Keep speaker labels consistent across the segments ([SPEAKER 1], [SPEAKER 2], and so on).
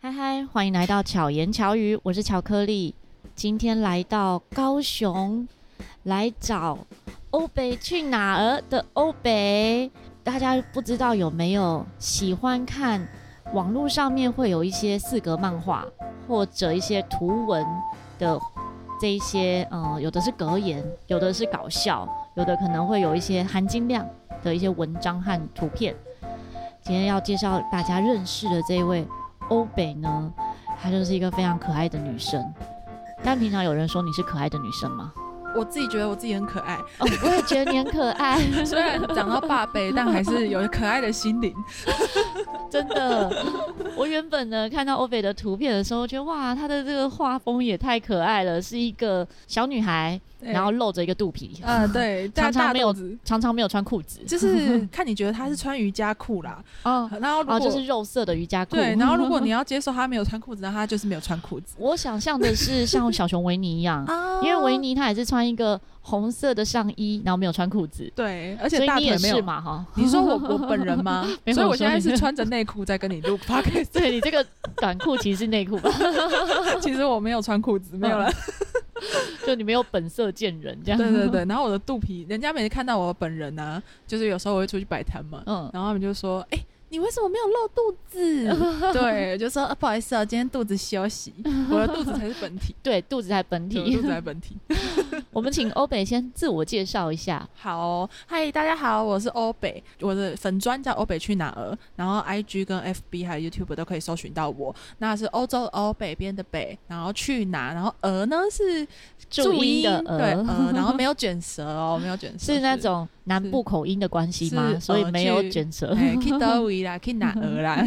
[SPEAKER 1] 嗨嗨，欢迎来到巧言巧语，我是巧克力。今天来到高雄，来找欧北去哪儿的欧北。大家不知道有没有喜欢看网络上面会有一些四格漫画或者一些图文的这一些，嗯、有的是格言，有的是搞笑，有的可能会有一些含金量的一些文章和图片。今天要介绍大家认识的这一位欧北呢，她就是一个非常可爱的女生。但平常有人说你是可爱的女生 吗？
[SPEAKER 2] 我自己觉得我自己很 可爱，
[SPEAKER 1] 哦，我也觉得你很可爱，
[SPEAKER 2] 虽然长到爸辈，但还是有可爱的 心灵。
[SPEAKER 1] 真的。 我原本呢看到欧北的图片的时候，觉得哇，她的这个画风也太可爱了，是一个小女孩，
[SPEAKER 2] 对
[SPEAKER 1] 然后露着一个肚皮，
[SPEAKER 2] 呃，对， 大
[SPEAKER 1] 常常
[SPEAKER 2] 大
[SPEAKER 1] 没有
[SPEAKER 2] 肚子，
[SPEAKER 1] 常常没有穿裤子，
[SPEAKER 2] 就是看你觉得他是穿瑜伽裤啦，
[SPEAKER 1] 哦，
[SPEAKER 2] 然后如果、
[SPEAKER 1] 哦，就是肉色的瑜伽裤。
[SPEAKER 2] 对，然后如果你要接受他没有穿裤子，那他就是没有穿裤子
[SPEAKER 1] 我想象的是像小熊维尼一样，
[SPEAKER 2] 啊
[SPEAKER 1] 因为维尼他也是穿一个红色的上衣，然后没有穿裤子，
[SPEAKER 2] 对，而
[SPEAKER 1] 所
[SPEAKER 2] 且
[SPEAKER 1] 以
[SPEAKER 2] 大
[SPEAKER 1] 你
[SPEAKER 2] 腿
[SPEAKER 1] 也
[SPEAKER 2] 没
[SPEAKER 1] 是
[SPEAKER 2] 有。
[SPEAKER 1] 嘛哈。
[SPEAKER 2] 你说我我本人吗
[SPEAKER 1] 没？有
[SPEAKER 2] 所以
[SPEAKER 1] 我说
[SPEAKER 2] 我现在
[SPEAKER 1] 你
[SPEAKER 2] 是穿着内裤在跟你录 podcast，
[SPEAKER 1] 对你这个短裤其实是内裤吧，
[SPEAKER 2] 其实我没有穿裤子，没有了。
[SPEAKER 1] 就你没有本色见人这样。
[SPEAKER 2] 对对对，然后我的肚皮，人家每次看到我本人啊，就是有时候我会出去摆摊嘛，
[SPEAKER 1] 嗯，
[SPEAKER 2] 然后他们就说：“哎、你为什么没有露肚 子？”对，我就说、啊不好意思啊，今天肚子休息，我的肚子才是本 体，
[SPEAKER 1] 对，肚子还本
[SPEAKER 2] 对我肚
[SPEAKER 1] 体
[SPEAKER 2] 子。才是本体。
[SPEAKER 1] 我们请欧北先自我介绍一下。
[SPEAKER 2] 好哦、嗨，大家好，我是欧北，我的粉专叫欧北去哪儿，然后 IG 跟 FB 还有 YouTube 都可以搜寻到我。那是欧洲的欧北边的北，然后去哪，然后鹅呢是
[SPEAKER 1] 注音的鹅
[SPEAKER 2] 对鹅，然后没有卷舌哦，没有 卷 舌，
[SPEAKER 1] 是那种南部口音的关系吗？
[SPEAKER 2] 是
[SPEAKER 1] 所以没
[SPEAKER 2] 呃
[SPEAKER 1] 有
[SPEAKER 2] 去
[SPEAKER 1] 卷舌。
[SPEAKER 2] 哎，去德维啦，去哪儿 啦？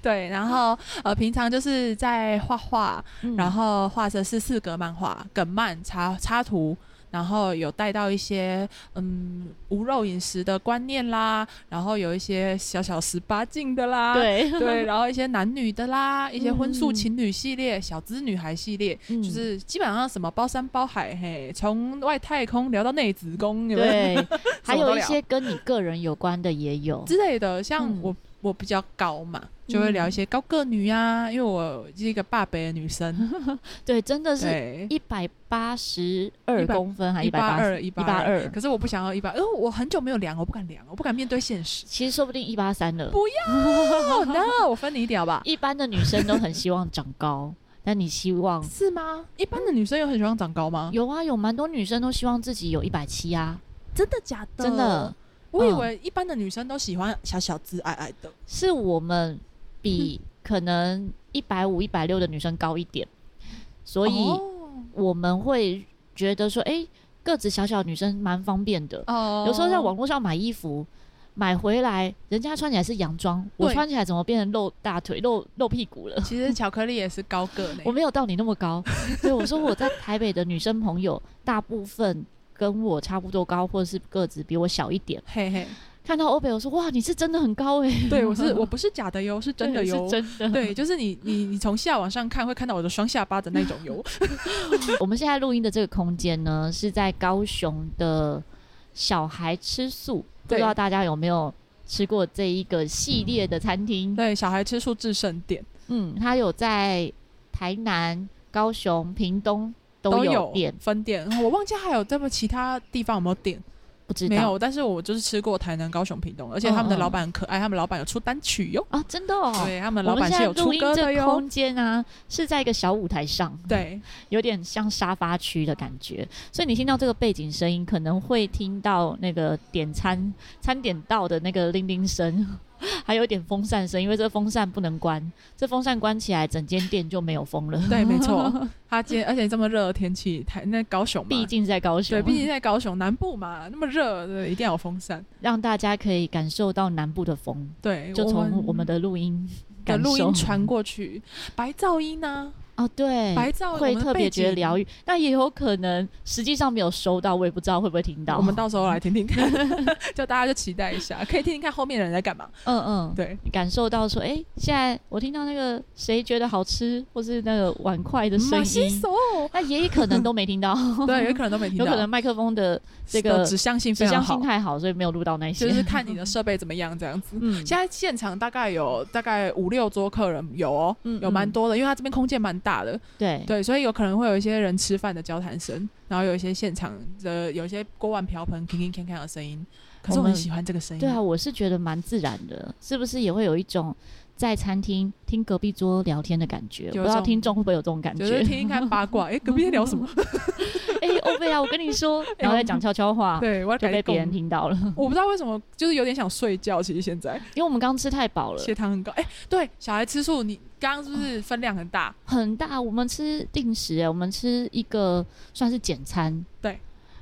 [SPEAKER 2] 对，然后呃，平常就是在画画，
[SPEAKER 1] 嗯
[SPEAKER 2] 然后画的是四格漫画、梗漫、插插图，然后有带到一些嗯无肉饮食的观念啦，然后有一些小小十八禁的啦，
[SPEAKER 1] 对，
[SPEAKER 2] 啊对，然后一些男女的啦，一些婚素
[SPEAKER 1] 嗯
[SPEAKER 2] 情侣系列、小资女孩系列，
[SPEAKER 1] 嗯
[SPEAKER 2] 就是基本上什么包山包海，嘿，从外太空聊到内子宫，有没有
[SPEAKER 1] 对，还有一
[SPEAKER 2] 聊
[SPEAKER 1] 些跟你个人有关的也有。
[SPEAKER 2] 之类的，像
[SPEAKER 1] 嗯
[SPEAKER 2] 我、我比较高嘛，就会聊一些高个女啊，因为我是一个爸北的女 生，
[SPEAKER 1] 对，真的是
[SPEAKER 2] 对，
[SPEAKER 1] 一百八十二
[SPEAKER 2] 100
[SPEAKER 1] 公分啊还一百
[SPEAKER 2] 八
[SPEAKER 1] 八
[SPEAKER 2] 二一
[SPEAKER 1] 一八
[SPEAKER 2] 二，
[SPEAKER 1] 二，。
[SPEAKER 2] 可是我不想要一八，因为我很久没有量，我不敢量，我不敢面对现实
[SPEAKER 1] 其实说不定一八三了。
[SPEAKER 2] 哦，那我分你一点好吧？
[SPEAKER 1] 一般的女生都很希望长高， 那你希望
[SPEAKER 2] 是吗？一般的女生有很喜欢长高吗？
[SPEAKER 1] 有啊？有蛮多女生都希望自己有一百七啊，
[SPEAKER 2] 真的假的
[SPEAKER 1] 真的，
[SPEAKER 2] 我以
[SPEAKER 1] 嗯
[SPEAKER 2] 为一般的女生都喜欢小小只、矮矮的。
[SPEAKER 1] 是我们 比可能一百五、一百六的女生高一点，所以
[SPEAKER 2] 哦
[SPEAKER 1] 我们会觉得说，诶，个子小小的女生蛮方便的。
[SPEAKER 2] 哦
[SPEAKER 1] 有时候在网络上买衣服。买回来，人家穿起来是洋装，我
[SPEAKER 2] 对
[SPEAKER 1] 穿起来怎么变成露大腿、露露屁股了？。
[SPEAKER 2] 其实巧克力也是高个呢
[SPEAKER 1] 我没有到你那么 高，所以我说我在台北的女生朋友，大部分跟我差不多高，或者是个子比我小一点。
[SPEAKER 2] 嘿嘿，
[SPEAKER 1] 看到欧北，我说哇，你是真的很高哎、
[SPEAKER 2] 对我是我不是假的哟，是真的
[SPEAKER 1] 对
[SPEAKER 2] 哟
[SPEAKER 1] 是，真的。
[SPEAKER 2] 对，就是你你你从下往上看会看到我的双下巴的那种 油。
[SPEAKER 1] 我们现在录音的这个空间呢，是在高雄的小孩吃素，不
[SPEAKER 2] 对
[SPEAKER 1] 知道大家有没有吃过这一个系列的餐厅？
[SPEAKER 2] 对，小孩吃素制胜点，
[SPEAKER 1] 嗯，它有在台南、高雄、屏东都有
[SPEAKER 2] 有
[SPEAKER 1] 店，
[SPEAKER 2] 分店。嗯我忘记还有这么其他地方有没有店，
[SPEAKER 1] 不知
[SPEAKER 2] 没
[SPEAKER 1] 道
[SPEAKER 2] 有。但是我就是吃过台南、高雄、屏东，而且他们的老板很可爱，他们老板有出单曲哟。
[SPEAKER 1] 啊？真的哦。
[SPEAKER 2] 对，他们
[SPEAKER 1] 我
[SPEAKER 2] 老
[SPEAKER 1] 们
[SPEAKER 2] 板
[SPEAKER 1] 现
[SPEAKER 2] 是
[SPEAKER 1] 在
[SPEAKER 2] 有出
[SPEAKER 1] 录音
[SPEAKER 2] 歌的
[SPEAKER 1] 这
[SPEAKER 2] 哟。
[SPEAKER 1] 空间啊，是在一个小舞台上，
[SPEAKER 2] 对，
[SPEAKER 1] 有点像沙发区的感觉，所以你听到这个背景声音，可能会听到那个点餐餐点到的那个铃铃声， 还有一点风扇声，因为这风扇不能关，这风扇关起来，整间店就没有风了。
[SPEAKER 2] 对，没错。他今天而且这么热的天气，台那高雄
[SPEAKER 1] 毕
[SPEAKER 2] 嘛，
[SPEAKER 1] 竟哦在高雄
[SPEAKER 2] 对，，毕竟在高雄南部嘛，那么热，对，一定要有风扇。
[SPEAKER 1] 让大家可以感受到南部的风，
[SPEAKER 2] 对，
[SPEAKER 1] 就从我
[SPEAKER 2] 我
[SPEAKER 1] 们的录音
[SPEAKER 2] 的
[SPEAKER 1] 感
[SPEAKER 2] 录
[SPEAKER 1] 受
[SPEAKER 2] 音传过去，白噪音呢、啊
[SPEAKER 1] 哦，对，
[SPEAKER 2] 白噪
[SPEAKER 1] 会特别觉得疗
[SPEAKER 2] 愈。
[SPEAKER 1] 愈。那也有可能实际上没有收到，我也不知道会不会听到。
[SPEAKER 2] 我们到时候来听听看， 就大家就期待一下，可以听听看后面的人在干嘛。
[SPEAKER 1] 嗯嗯，
[SPEAKER 2] 对，
[SPEAKER 1] 你感受到说，哎、现在我听到那个谁觉得好吃，或是那个碗筷的声
[SPEAKER 2] 马西
[SPEAKER 1] 音，
[SPEAKER 2] 手，
[SPEAKER 1] 那也可能都没听到，
[SPEAKER 2] 对，有可能都没听
[SPEAKER 1] 有
[SPEAKER 2] 到，
[SPEAKER 1] 可能麦克风的这个
[SPEAKER 2] 指向性
[SPEAKER 1] 指
[SPEAKER 2] 非
[SPEAKER 1] 向性
[SPEAKER 2] 常好，
[SPEAKER 1] 太好，所以没有录到那些。
[SPEAKER 2] 就是嗯看你的设备怎么样这样子。
[SPEAKER 1] 嗯
[SPEAKER 2] 现在现场大概有大概五六桌客人有哦，
[SPEAKER 1] 嗯
[SPEAKER 2] 有蛮
[SPEAKER 1] 嗯
[SPEAKER 2] 多的，因为它这边空间蛮大的，
[SPEAKER 1] 对
[SPEAKER 2] 对，所以有可能会有一些人吃饭的交谈声，然后有一些现场的有一些锅碗瓢盆铿铿锵锵的声音。可是
[SPEAKER 1] 我
[SPEAKER 2] 我很
[SPEAKER 1] 们
[SPEAKER 2] 喜欢这个声音，
[SPEAKER 1] 对啊，，我是觉得蛮自然的，是不是也会有一种在餐厅听隔壁桌聊天的感觉？我不知道
[SPEAKER 2] 种
[SPEAKER 1] 听众会不会有这种感
[SPEAKER 2] 就是
[SPEAKER 1] 觉？
[SPEAKER 2] 听听看 八卦，哎、隔壁在聊什么？
[SPEAKER 1] 哎， 欧贝啊，我跟你 说，然后再讲悄悄话，
[SPEAKER 2] 哎对，我要
[SPEAKER 1] 就
[SPEAKER 2] 改
[SPEAKER 1] 被别人
[SPEAKER 2] 供。
[SPEAKER 1] 听到了，
[SPEAKER 2] 我不知道为什么，就是有点想睡觉。其实现在
[SPEAKER 1] 因为我们刚吃太饱了，
[SPEAKER 2] 血糖很高，哎、对，小孩吃素，你刚刚是不是分量很大？
[SPEAKER 1] 很大。我们吃定时、哎，我们吃一个算是简餐，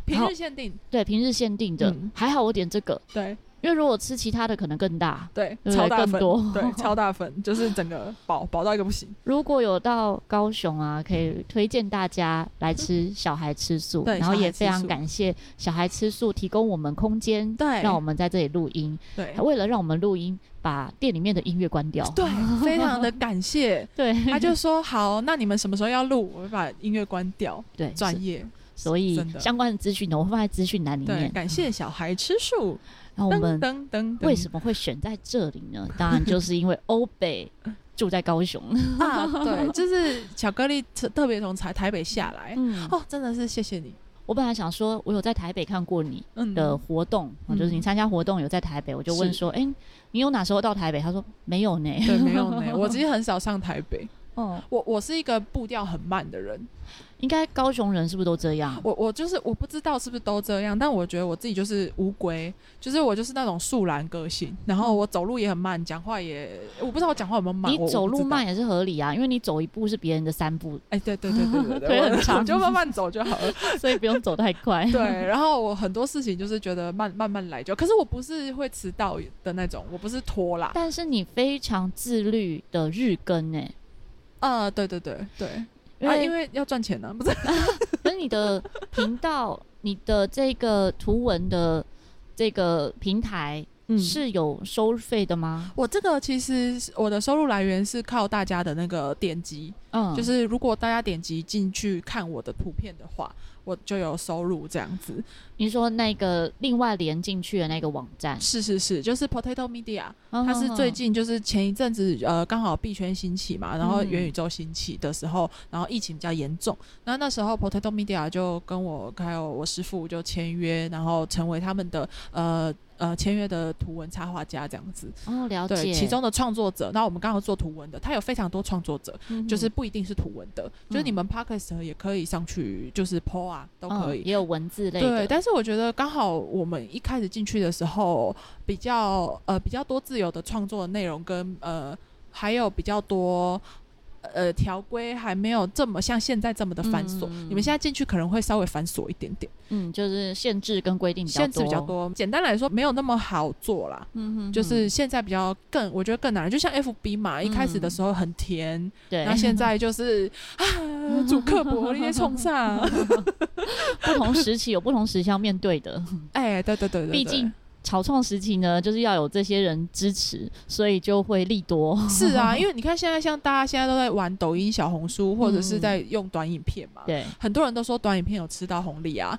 [SPEAKER 2] 平日限定，
[SPEAKER 1] 对，平日限定的，
[SPEAKER 2] 嗯
[SPEAKER 1] 还好我点这个，
[SPEAKER 2] 对
[SPEAKER 1] 因为如果吃其他的可能更大。
[SPEAKER 2] 对，
[SPEAKER 1] 对
[SPEAKER 2] 超大
[SPEAKER 1] 更
[SPEAKER 2] 份
[SPEAKER 1] 多，
[SPEAKER 2] 对，超大份，就是整个饱饱到一个不行。
[SPEAKER 1] 如果有到高雄啊，可以推荐大家来吃小孩吃素，
[SPEAKER 2] 对
[SPEAKER 1] 然后
[SPEAKER 2] 小孩
[SPEAKER 1] 也非
[SPEAKER 2] 吃
[SPEAKER 1] 常
[SPEAKER 2] 素
[SPEAKER 1] 感谢小孩吃素提供我们空间，
[SPEAKER 2] 对
[SPEAKER 1] 让我们在这里录音。
[SPEAKER 2] 对
[SPEAKER 1] 为了让我们录音，把店里面的音乐关掉。
[SPEAKER 2] 对，非常的感谢。
[SPEAKER 1] 对
[SPEAKER 2] 他就说好，那你们什么时候要录？我会把音乐关掉，
[SPEAKER 1] 对，
[SPEAKER 2] 专
[SPEAKER 1] 是
[SPEAKER 2] 业。
[SPEAKER 1] 所以
[SPEAKER 2] 真的
[SPEAKER 1] 相关的资讯呢，我会放在资讯栏里
[SPEAKER 2] 对，
[SPEAKER 1] 面。嗯
[SPEAKER 2] 感谢小孩吃素。
[SPEAKER 1] 那我
[SPEAKER 2] 噔
[SPEAKER 1] 们
[SPEAKER 2] 噔噔，
[SPEAKER 1] 为什么会选在这里 呢？当然就是因为欧北住在高雄。
[SPEAKER 2] 么啊？对，就是巧克力特特别从台台北下来。
[SPEAKER 1] 嗯，
[SPEAKER 2] 哦，真的是谢谢你。
[SPEAKER 1] 我本来想说，我有在台北看过你，
[SPEAKER 2] 嗯
[SPEAKER 1] 的活动，哦
[SPEAKER 2] 嗯
[SPEAKER 1] 就是你参加活动有在台北，我就问
[SPEAKER 2] 是
[SPEAKER 1] 说，哎、你有哪时候到台北？他说没有呢。
[SPEAKER 2] 对，没有呢。我其实很少上台北，
[SPEAKER 1] 哦，
[SPEAKER 2] 我我是一个步调很慢的人。
[SPEAKER 1] 应该高雄人是不是都这样？
[SPEAKER 2] 我我就是我不知道是不是都这样，但我觉得我自己就是乌龟，就是我就是那种树懒个性，然后我走路也很慢，讲话也我不知道我讲话有没有慢。
[SPEAKER 1] 你
[SPEAKER 2] 我
[SPEAKER 1] 走路，慢
[SPEAKER 2] 我不知道
[SPEAKER 1] 也是合理啊，因为你走一步是别人的三 步，
[SPEAKER 2] 哎、对对对对对对，
[SPEAKER 1] 腿
[SPEAKER 2] 我
[SPEAKER 1] 很长
[SPEAKER 2] 我就慢慢走就好了。
[SPEAKER 1] 所以不用走太快。
[SPEAKER 2] 对，然后我很多事情就是觉得慢慢慢来就，可是我不是会迟到的那种，我不是拖拉。
[SPEAKER 1] 但是你非常自律的日更呢、欸
[SPEAKER 2] 呃，对对对对。
[SPEAKER 1] 因
[SPEAKER 2] 啊，
[SPEAKER 1] 为、
[SPEAKER 2] 因为要赚钱呢、不是？
[SPEAKER 1] 可是你的频道、你的这个图文的这个平台
[SPEAKER 2] 嗯
[SPEAKER 1] 是有收费的吗？
[SPEAKER 2] 我这个其实是我的收入来源是靠大家的那个点击，
[SPEAKER 1] 嗯，
[SPEAKER 2] 就是如果大家点击进去看我的图片的话，我就有收入这样子。
[SPEAKER 1] 你说那个另外连进去的那个网站，
[SPEAKER 2] 是是是，就是 Potato Media，
[SPEAKER 1] 它
[SPEAKER 2] 它是最近就是前一阵子呃刚好币圈兴起嘛，然后
[SPEAKER 1] 嗯
[SPEAKER 2] 元宇宙兴起的时候，然后疫情比较严重，那那时候 Potato Media 就跟我还有我师傅就签约，然后成为他们的呃呃签约的图文插画家这样子。
[SPEAKER 1] 哦了
[SPEAKER 2] 对，
[SPEAKER 1] 解，
[SPEAKER 2] 其中的创作者，那我们刚好做图文的，他有非常多创作者，
[SPEAKER 1] 嗯
[SPEAKER 2] 就是
[SPEAKER 1] 哼
[SPEAKER 2] 不一定是图文的，就是你们 podcast 也可以上去，就是 po 啊都可
[SPEAKER 1] 嗯
[SPEAKER 2] 以。
[SPEAKER 1] 也有文字类的。
[SPEAKER 2] 对，但是我觉得刚好我们一开始进去的时候，比较呃比较多自由的创作内容跟呃还有比较多呃条规还没有这么像现在这么的繁琐。
[SPEAKER 1] 嗯
[SPEAKER 2] 你们现在进去可能会稍微繁琐一点点，
[SPEAKER 1] 嗯，就是限制跟规嗯定比较
[SPEAKER 2] 限制比较
[SPEAKER 1] 多，
[SPEAKER 2] 多。简单来说，没有那么好做啦。
[SPEAKER 1] 嗯哼
[SPEAKER 2] 就是现在比较更，我觉得更难，就像 F B 嘛，一开始的
[SPEAKER 1] 嗯
[SPEAKER 2] 时候很甜，
[SPEAKER 1] 对，
[SPEAKER 2] 那现在就是啊，主刻薄那些冲 上，
[SPEAKER 1] 不同时期有不同时期要面对的。
[SPEAKER 2] 哎，对对 对对对，
[SPEAKER 1] 毕竟草创时期呢，就是要有这些人支持，所以就会利 多。
[SPEAKER 2] 是 啊，因为你看现在像大家现在都在玩抖音、小红书，或者是在用短影片嘛，
[SPEAKER 1] 嗯对，
[SPEAKER 2] 很多人都说短影片有吃到红利啊，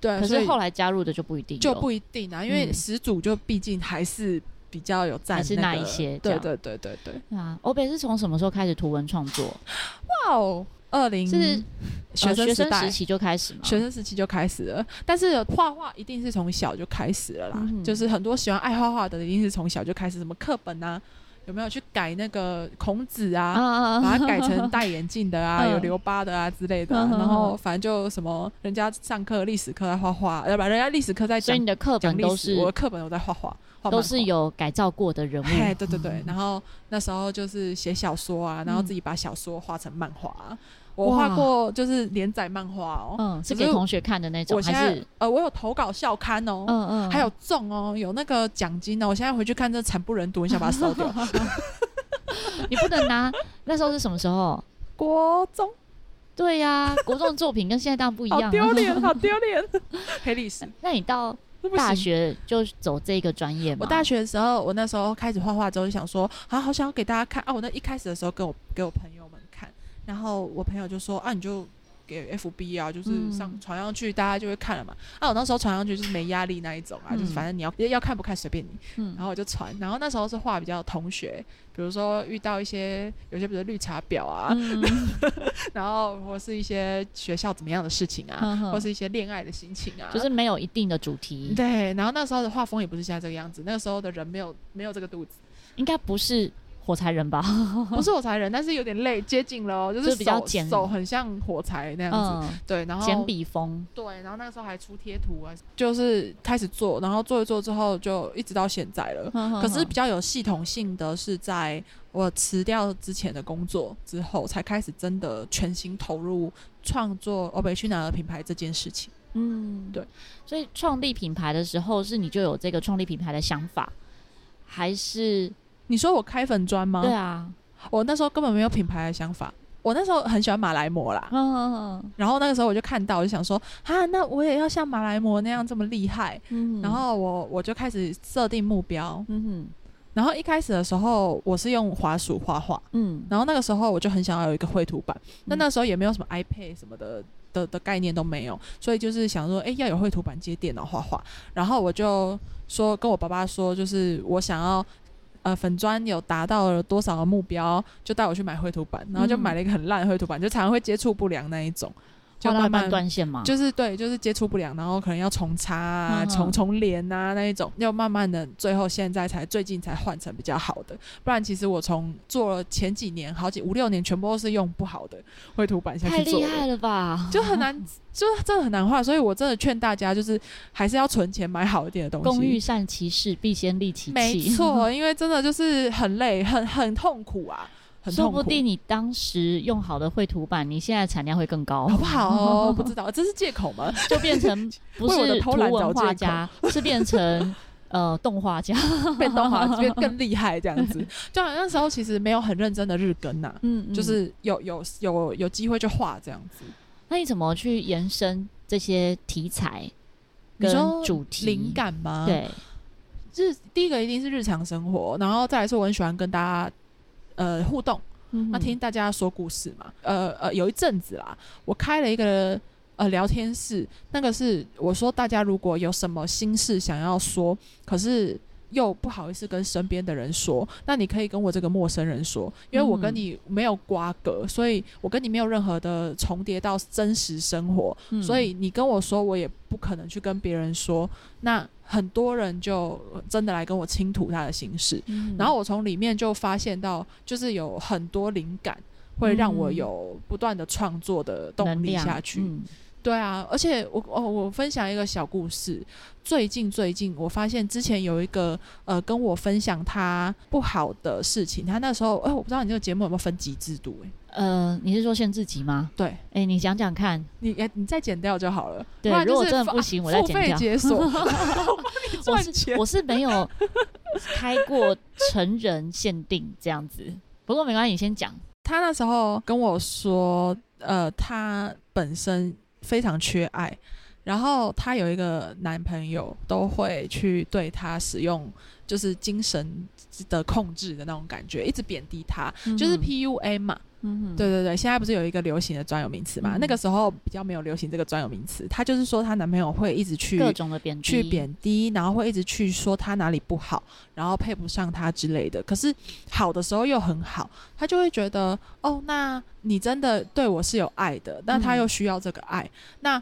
[SPEAKER 2] 对啊，
[SPEAKER 1] 可
[SPEAKER 2] 所
[SPEAKER 1] 是
[SPEAKER 2] 以
[SPEAKER 1] 后来加入的就不一定有，
[SPEAKER 2] 就不一定啊，因为
[SPEAKER 1] 嗯
[SPEAKER 2] 始祖就毕竟还是比较有占
[SPEAKER 1] 还是
[SPEAKER 2] 个
[SPEAKER 1] 那一些这
[SPEAKER 2] 对
[SPEAKER 1] 样
[SPEAKER 2] 对对对对，
[SPEAKER 1] 对啊。欧北是从什么时候开始图文创作？
[SPEAKER 2] 哇哦，二零
[SPEAKER 1] 是
[SPEAKER 2] 学
[SPEAKER 1] 呃
[SPEAKER 2] 生
[SPEAKER 1] 学
[SPEAKER 2] 时
[SPEAKER 1] 生
[SPEAKER 2] 代
[SPEAKER 1] 时。期就开始吗？
[SPEAKER 2] 学生时期就开始了，但是画画一定是从小就开始了啦。
[SPEAKER 1] 嗯
[SPEAKER 2] 就是很多喜欢爱画画的，一定是从小就开始，什么课本啊，有没有去改那个孔子
[SPEAKER 1] 啊
[SPEAKER 2] 啊，
[SPEAKER 1] 啊啊
[SPEAKER 2] 把它改 成戴眼镜的啊，
[SPEAKER 1] 嗯
[SPEAKER 2] 有留疤的啊之类的啊、
[SPEAKER 1] 嗯嗯嗯
[SPEAKER 2] 然后反正就什么，人家上课历史课在画画，呃要不然人家历史课在
[SPEAKER 1] 所
[SPEAKER 2] 讲
[SPEAKER 1] 以你的课
[SPEAKER 2] 讲
[SPEAKER 1] 本
[SPEAKER 2] 历
[SPEAKER 1] 都
[SPEAKER 2] 史，
[SPEAKER 1] 是
[SPEAKER 2] 我的课本我在画画，画漫画
[SPEAKER 1] 都是。有嗯改造过的人
[SPEAKER 2] 嘿，
[SPEAKER 1] 物。
[SPEAKER 2] 对对对，然后那时候就是写小说啊，然后自己把小说画成漫画、啊。我
[SPEAKER 1] 嗯哇
[SPEAKER 2] 画过就是连载漫画哦，
[SPEAKER 1] 嗯，是
[SPEAKER 2] 可是
[SPEAKER 1] 给同学看的那种，
[SPEAKER 2] 我现
[SPEAKER 1] 还
[SPEAKER 2] 在
[SPEAKER 1] 是
[SPEAKER 2] 呃，我有投稿校刊哦，
[SPEAKER 1] 嗯嗯，
[SPEAKER 2] 还有中哦，有那个奖金哦。我现在回去看，这惨不忍睹，很想把它烧掉。
[SPEAKER 1] 你不能拿那时候是什么时候？
[SPEAKER 2] 国中，
[SPEAKER 1] 对呀、国中的作品跟现在当然不一
[SPEAKER 2] 好
[SPEAKER 1] 样。啊
[SPEAKER 2] 丢 脸，好丢脸，黑历史。
[SPEAKER 1] 那你到
[SPEAKER 2] 这不
[SPEAKER 1] 大
[SPEAKER 2] 行
[SPEAKER 1] 学就走这个专业吗？
[SPEAKER 2] 我大学的时候，我那时候开始画画之后，就想说啊，好想要给大家看啊。我那一开始的时候，给我给我朋友们看，然后我朋友就说啊，你就给 FB 啊，就是
[SPEAKER 1] 嗯
[SPEAKER 2] 上传上去，大家就会看了嘛。啊，我那时候传上去就是没压力那一种啊，就是
[SPEAKER 1] 嗯
[SPEAKER 2] 反正你要要看不看随便你。
[SPEAKER 1] 嗯
[SPEAKER 2] 然后我就传，然后那时候是画比较同学，比如说遇到一些有些比如绿茶婊啊，
[SPEAKER 1] 嗯，
[SPEAKER 2] 然后或是一些学校怎么样的事情啊，
[SPEAKER 1] 哼哼
[SPEAKER 2] 或是一些恋爱的心情啊，
[SPEAKER 1] 嗯就是没有一定的主题，
[SPEAKER 2] 对。然后那时候的画风也不是现在这个样子，那个时候的人没有没有这个肚子。
[SPEAKER 1] 应该不是火柴人吧？
[SPEAKER 2] 不是火柴人，但是有点累，接近了哦，就
[SPEAKER 1] 嗯就是是比较
[SPEAKER 2] 手
[SPEAKER 1] 简
[SPEAKER 2] 手很像火柴那样子，
[SPEAKER 1] 嗯，
[SPEAKER 2] 对，然后
[SPEAKER 1] 简笔风，
[SPEAKER 2] 对，然后那个时候还出贴图啊，就是开始做，然后做一做之后就一直到现在了。
[SPEAKER 1] 可
[SPEAKER 2] 可是比较有系统性的是，在我辞掉之前的工作之后，才开始真的全心投入创作欧北去哪儿品牌这件事情。
[SPEAKER 1] 嗯，
[SPEAKER 2] 对，
[SPEAKER 1] 所以创立品牌的时候，是你就有这个创立品牌的想法，还是
[SPEAKER 2] 你说我开粉砖吗？
[SPEAKER 1] 对啊，
[SPEAKER 2] 我那时候根本没有品牌的想法，我那时候很喜欢马来貘啦，
[SPEAKER 1] 嗯
[SPEAKER 2] 然后那个时候我就看到，我就想说啊，那我也要像马来模那样这么厉害。
[SPEAKER 1] 嗯
[SPEAKER 2] 然后我我就开始设定目标。
[SPEAKER 1] 嗯
[SPEAKER 2] 然后一开始的时候，我是用滑鼠画画，
[SPEAKER 1] 嗯
[SPEAKER 2] 然后那个时候我就很想要有一个绘图板，那那时候也没有什么 iPad 什么的。的的概念都没有，所以就是想说，哎、要有绘图板接电脑画画。然后我就说跟我爸爸说，就是我想要，呃，粉砖有达到了多少个目标，就带我去买绘图板，然后就
[SPEAKER 1] 嗯
[SPEAKER 2] 买了一个很烂的绘图板，就常常会接触不良那一种，就
[SPEAKER 1] 画到
[SPEAKER 2] 慢
[SPEAKER 1] 一
[SPEAKER 2] 慢
[SPEAKER 1] 半断线嘛，
[SPEAKER 2] 就是对，就是接触不良，然后可能要重插啊、
[SPEAKER 1] 嗯
[SPEAKER 2] 重重连啊那一种，要慢慢的，最后现在才最近才换成比较好的，不然其实我从做了前几年好几五六年，全部都是用不好的绘图板下
[SPEAKER 1] 太
[SPEAKER 2] 去做
[SPEAKER 1] 厉
[SPEAKER 2] 的，
[SPEAKER 1] 害了哦吧？
[SPEAKER 2] 就很难，就是真的很难画，所以我真的劝大家，就是还是要存钱买好一点的东西。
[SPEAKER 1] 工欲善其事，必先利其器。
[SPEAKER 2] 没 错，因为真的就是很累，很很痛苦啊，很
[SPEAKER 1] 说
[SPEAKER 2] 痛苦。
[SPEAKER 1] 不定你当时用好的绘图板，你现在产量会更高
[SPEAKER 2] 搞，不好哦，不知道，这是借口吗？
[SPEAKER 1] 就变 成不
[SPEAKER 2] 为我的
[SPEAKER 1] 是
[SPEAKER 2] 偷
[SPEAKER 1] 图
[SPEAKER 2] 懒
[SPEAKER 1] 文
[SPEAKER 2] 找
[SPEAKER 1] 画
[SPEAKER 2] 借
[SPEAKER 1] 家，是变成呃动画家。
[SPEAKER 2] 变动好，变更厉害这样子。就好像那时候其实没有很认真的日更呐、
[SPEAKER 1] 嗯
[SPEAKER 2] 就是有有有有机会就画这样子。
[SPEAKER 1] 那你怎么去延伸这些题材跟
[SPEAKER 2] 你说
[SPEAKER 1] 主题？
[SPEAKER 2] 灵感吗？，
[SPEAKER 1] 对，
[SPEAKER 2] 日第一个一定是日常生活，然后再来是我很喜欢跟大家。呃，互动，
[SPEAKER 1] 嗯
[SPEAKER 2] 那、
[SPEAKER 1] 哼
[SPEAKER 2] 听大家说故事嘛。呃呃，有一阵子啦，我开了一个呃聊天室，那个是我说大家如果有什么心事想要说，可是又不好意思跟身边的人说，那你可以跟我这个陌生人说，因为我跟
[SPEAKER 1] 嗯
[SPEAKER 2] 你没有瓜葛，所以我跟你没有任何的重叠到真实生活，
[SPEAKER 1] 嗯
[SPEAKER 2] 所以你跟我说，我也不可能去跟别人说。那很多人就真的来跟我倾吐他的心事，
[SPEAKER 1] 嗯
[SPEAKER 2] 然后我从里面就发现到，就是有很多灵感会让我
[SPEAKER 1] 嗯
[SPEAKER 2] 有不断的创作的动
[SPEAKER 1] 能
[SPEAKER 2] 力
[SPEAKER 1] 量
[SPEAKER 2] 下去。
[SPEAKER 1] 嗯
[SPEAKER 2] 对啊，而且我哦，我分享一个小故事。最近最近，我发现之前有一个呃跟我分享他不好的事情，他那时候哎、我不知道你这个节目有没有分级制度哎、
[SPEAKER 1] 呃，你是说限制级吗？
[SPEAKER 2] 对
[SPEAKER 1] 哎、你讲讲看。
[SPEAKER 2] 你哎、你再剪掉就好了。
[SPEAKER 1] 对
[SPEAKER 2] 不然就
[SPEAKER 1] 如果
[SPEAKER 2] 是
[SPEAKER 1] 真的
[SPEAKER 2] 付
[SPEAKER 1] 不行我再
[SPEAKER 2] 付
[SPEAKER 1] 剪
[SPEAKER 2] 费
[SPEAKER 1] 掉
[SPEAKER 2] 解锁， 我帮你
[SPEAKER 1] 我
[SPEAKER 2] 赚
[SPEAKER 1] 是
[SPEAKER 2] 钱。
[SPEAKER 1] 我是没有开过成人限定这样子，不过没关系，你先讲。
[SPEAKER 2] 他那时候跟我说，呃，他本身非常缺爱，然后她有一个男朋友都会去对她使用就是精神的控制的那种感觉，一直贬低她，就是 PUA 嘛。
[SPEAKER 1] 嗯哼，
[SPEAKER 2] 对对对，现在不是有一个流行的专有名词嘛？
[SPEAKER 1] 嗯
[SPEAKER 2] 那个时候比较没有流行这个专有名词，她就是说她男朋友会一直去
[SPEAKER 1] 各种的贬低，
[SPEAKER 2] 去贬低，然后会一直去说他哪里不好，然后配不上他之类的。可是好的时候又很好，他就会觉得哦，那你真的对我是有爱的，那他又需要这个爱，那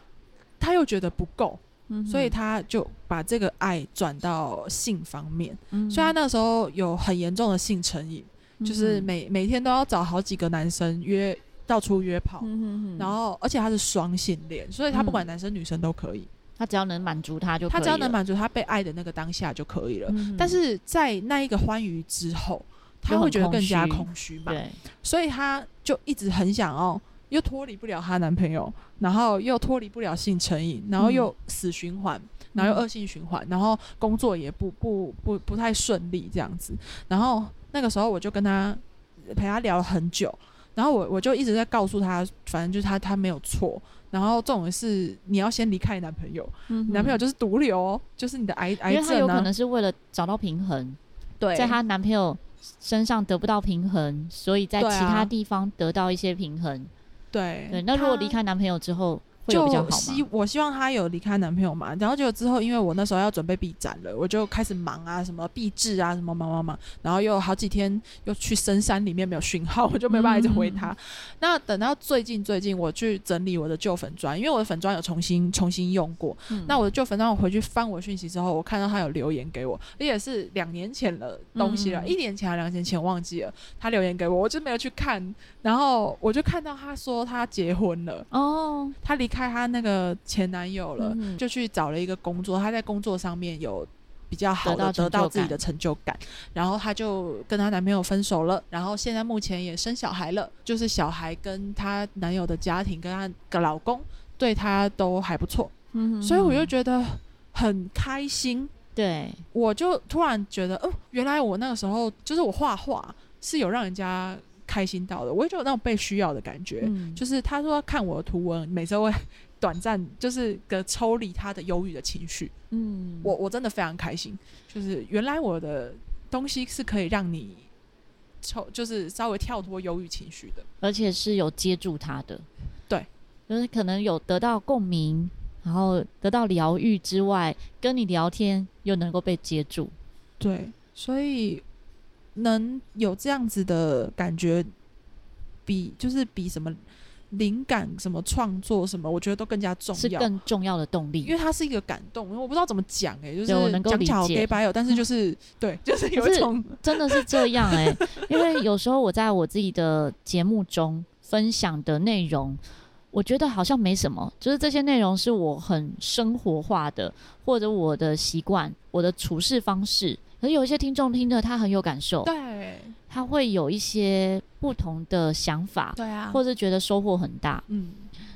[SPEAKER 2] 他又觉得不够，
[SPEAKER 1] 嗯哼，
[SPEAKER 2] 所以他就把这个爱转到性方面。
[SPEAKER 1] 嗯
[SPEAKER 2] 所以他那时候有很严重的性成瘾，就是
[SPEAKER 1] 嗯哼
[SPEAKER 2] 每每天都要找好几个男生约到处约炮。
[SPEAKER 1] 嗯哼哼
[SPEAKER 2] 然后，而且他是双性恋，所以他
[SPEAKER 1] 嗯
[SPEAKER 2] 不管男生女生都可以。
[SPEAKER 1] 他只要能满足他就
[SPEAKER 2] 他
[SPEAKER 1] 可
[SPEAKER 2] 只要
[SPEAKER 1] 以
[SPEAKER 2] 能
[SPEAKER 1] 了，
[SPEAKER 2] 满足他被爱的那个当下就可以了。
[SPEAKER 1] 嗯哼
[SPEAKER 2] 但是在那一个欢愉之后，他
[SPEAKER 1] 就
[SPEAKER 2] 会
[SPEAKER 1] 很
[SPEAKER 2] 觉得
[SPEAKER 1] 空
[SPEAKER 2] 更加
[SPEAKER 1] 虚
[SPEAKER 2] 空虚嘛，
[SPEAKER 1] 对，
[SPEAKER 2] 所以她就一直很想要，又脱离不了她男朋友，然后又脱离不了性成瘾，然后
[SPEAKER 1] 嗯
[SPEAKER 2] 又死循环，然后又恶性循环，然后工作也不不不不太顺利这样子。然后那个时候我就跟她陪她聊了很久，然后我我就一直在告诉他，反正就是他他没有错。然后这种是你要先离开你男朋友，
[SPEAKER 1] 嗯
[SPEAKER 2] 你男朋友就是毒瘤哦，就是你的癌
[SPEAKER 1] 哼，
[SPEAKER 2] 癌
[SPEAKER 1] 因为她有
[SPEAKER 2] 症
[SPEAKER 1] 可
[SPEAKER 2] 啊。
[SPEAKER 1] 能是为了找到平衡，
[SPEAKER 2] 对
[SPEAKER 1] 在她男朋友身上得不到平衡，所以在
[SPEAKER 2] 对
[SPEAKER 1] 其
[SPEAKER 2] 啊
[SPEAKER 1] 他地方得到一些平衡。
[SPEAKER 2] 对
[SPEAKER 1] 对，那如果
[SPEAKER 2] 他
[SPEAKER 1] 离开男朋友之后，会有
[SPEAKER 2] 就
[SPEAKER 1] 比较好
[SPEAKER 2] 希
[SPEAKER 1] 吗？
[SPEAKER 2] 我希望她有离开男朋友嘛，然后结果之后，因为我那时候要准备毕展了，我就开始忙啊，什么毕制啊，什么忙忙忙，然后又有好几天又去深山里面没有讯号，我就没办法一直回她。
[SPEAKER 1] 嗯
[SPEAKER 2] 那等到最近最近，我去整理我的旧粉砖，因为我的粉砖有重新重新用过，
[SPEAKER 1] 嗯
[SPEAKER 2] 那我的旧粉砖我回去翻我讯息之后，我看到他有留言给我，而且是两年前的东西了，
[SPEAKER 1] 嗯
[SPEAKER 2] 一年前还两年前忘记了，他留言给我，我就没有去看，然后我就看到他说他结婚了。
[SPEAKER 1] 哦，
[SPEAKER 2] 她离开她那个前男友了，
[SPEAKER 1] 嗯
[SPEAKER 2] 就去找了一个工作，她在工作上面有。比较好
[SPEAKER 1] 得到成
[SPEAKER 2] 的
[SPEAKER 1] 就
[SPEAKER 2] 得到自己
[SPEAKER 1] 感
[SPEAKER 2] 的成就感，然后她就跟她男朋友分手了，然后现在目前也生小孩了，就是小孩跟她男友的家庭跟她的老公对她都还不错，
[SPEAKER 1] 嗯
[SPEAKER 2] 所以我就
[SPEAKER 1] 哼
[SPEAKER 2] 觉得很开心，
[SPEAKER 1] 对，
[SPEAKER 2] 我就突然觉得，哦、原来我那个时候就是我画画是有让人家开心到的，我也就有那种被需要的感觉，
[SPEAKER 1] 嗯，
[SPEAKER 2] 就是他说看我的图文，每次会短暂就是个抽离他的忧郁的情绪，
[SPEAKER 1] 嗯，
[SPEAKER 2] 我我真的非常开心，就是原来我的东西是可以让你抽，就是稍微跳脱忧郁情绪的。
[SPEAKER 1] 而且是有接住他的，
[SPEAKER 2] 对，
[SPEAKER 1] 就是可能有得到共鸣，然后得到疗愈之外，跟你聊天又能够被接住，
[SPEAKER 2] 对，所以能有这样子的感觉，比就是比什么灵感、什么创作、什么，我觉得都更加重
[SPEAKER 1] 是
[SPEAKER 2] 要。
[SPEAKER 1] 更重要的动
[SPEAKER 2] 因
[SPEAKER 1] 力。
[SPEAKER 2] 为它是一个感动，因为我不知道怎么讲哎、就是
[SPEAKER 1] 对我能够
[SPEAKER 2] 讲
[SPEAKER 1] 理
[SPEAKER 2] 起来好
[SPEAKER 1] 解
[SPEAKER 2] gay 白有，但 是就是对，就是有
[SPEAKER 1] 可
[SPEAKER 2] 一
[SPEAKER 1] 是
[SPEAKER 2] 种
[SPEAKER 1] 真的是这样 哎、因为有时候我在我自己的节目中分享的内容，我觉得好像没什么，就是这些内容是我很生活化的，或者我的习惯、我的处事方式。可是有一些听众听的他很有感受，
[SPEAKER 2] 对
[SPEAKER 1] 他会有一些不同的想法，
[SPEAKER 2] 对啊
[SPEAKER 1] 或是觉得收获很大。
[SPEAKER 2] 嗯，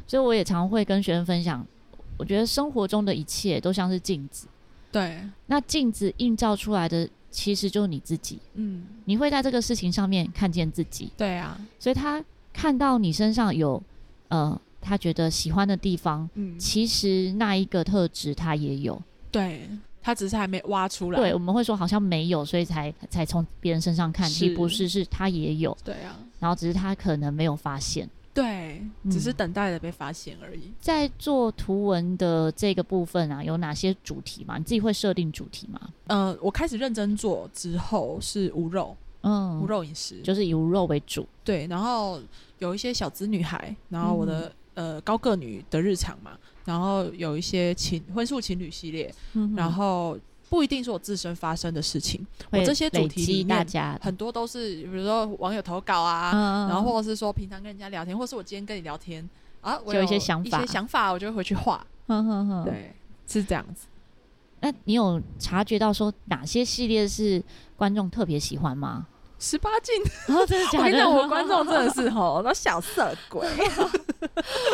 [SPEAKER 1] 所以我也常会跟学生分享，我觉得生活中的一切都像是镜子，
[SPEAKER 2] 对，
[SPEAKER 1] 那镜子映照出来的其实就是你自己。
[SPEAKER 2] 嗯，
[SPEAKER 1] 你会在这个事情上面看见自己，
[SPEAKER 2] 对啊，
[SPEAKER 1] 所以他看到你身上有呃他觉得喜欢的地方，
[SPEAKER 2] 嗯，
[SPEAKER 1] 其实那一个特质他也有。
[SPEAKER 2] 对，他只是还没挖出来，
[SPEAKER 1] 对，我们会说好像没有，所以才才从别人身上看，
[SPEAKER 2] 是
[SPEAKER 1] 其实不是，是他也有，
[SPEAKER 2] 对啊，
[SPEAKER 1] 然后只是他可能没有发现。
[SPEAKER 2] 对，只是
[SPEAKER 1] 嗯
[SPEAKER 2] 等待着被发现而已。
[SPEAKER 1] 在做图文的这个部分啊，有哪些主题嘛？你自己会设定主题吗？
[SPEAKER 2] 呃，我开始认真做之后是无肉，
[SPEAKER 1] 嗯
[SPEAKER 2] 无，肉饮食，
[SPEAKER 1] 就是以无肉为主。
[SPEAKER 2] 对，然后有一些小资女孩，然后我
[SPEAKER 1] 嗯
[SPEAKER 2] 的、呃高个女的日常嘛，然后有一些情婚宿情侣系列，嗯
[SPEAKER 1] 嗯
[SPEAKER 2] 然后不一定是我自身发生的事情，我
[SPEAKER 1] 会
[SPEAKER 2] 这些主
[SPEAKER 1] 累
[SPEAKER 2] 题
[SPEAKER 1] 积
[SPEAKER 2] 里面
[SPEAKER 1] 大家
[SPEAKER 2] 很多都是比如说网友投稿啊，
[SPEAKER 1] 嗯
[SPEAKER 2] 然后或者是说平常跟人家聊天，或是我今天跟你聊天啊，我
[SPEAKER 1] 就有
[SPEAKER 2] 有
[SPEAKER 1] 一些想法
[SPEAKER 2] 一些想法我就会回去画。
[SPEAKER 1] 哼哼哼，
[SPEAKER 2] 对，是这样子。
[SPEAKER 1] 嗯那你有察觉到说哪些系列是观众特别喜欢 吗？
[SPEAKER 2] 十八禁，
[SPEAKER 1] 哦，真的假的？
[SPEAKER 2] 我跟你讲，我观众 真的是吼，那小色鬼，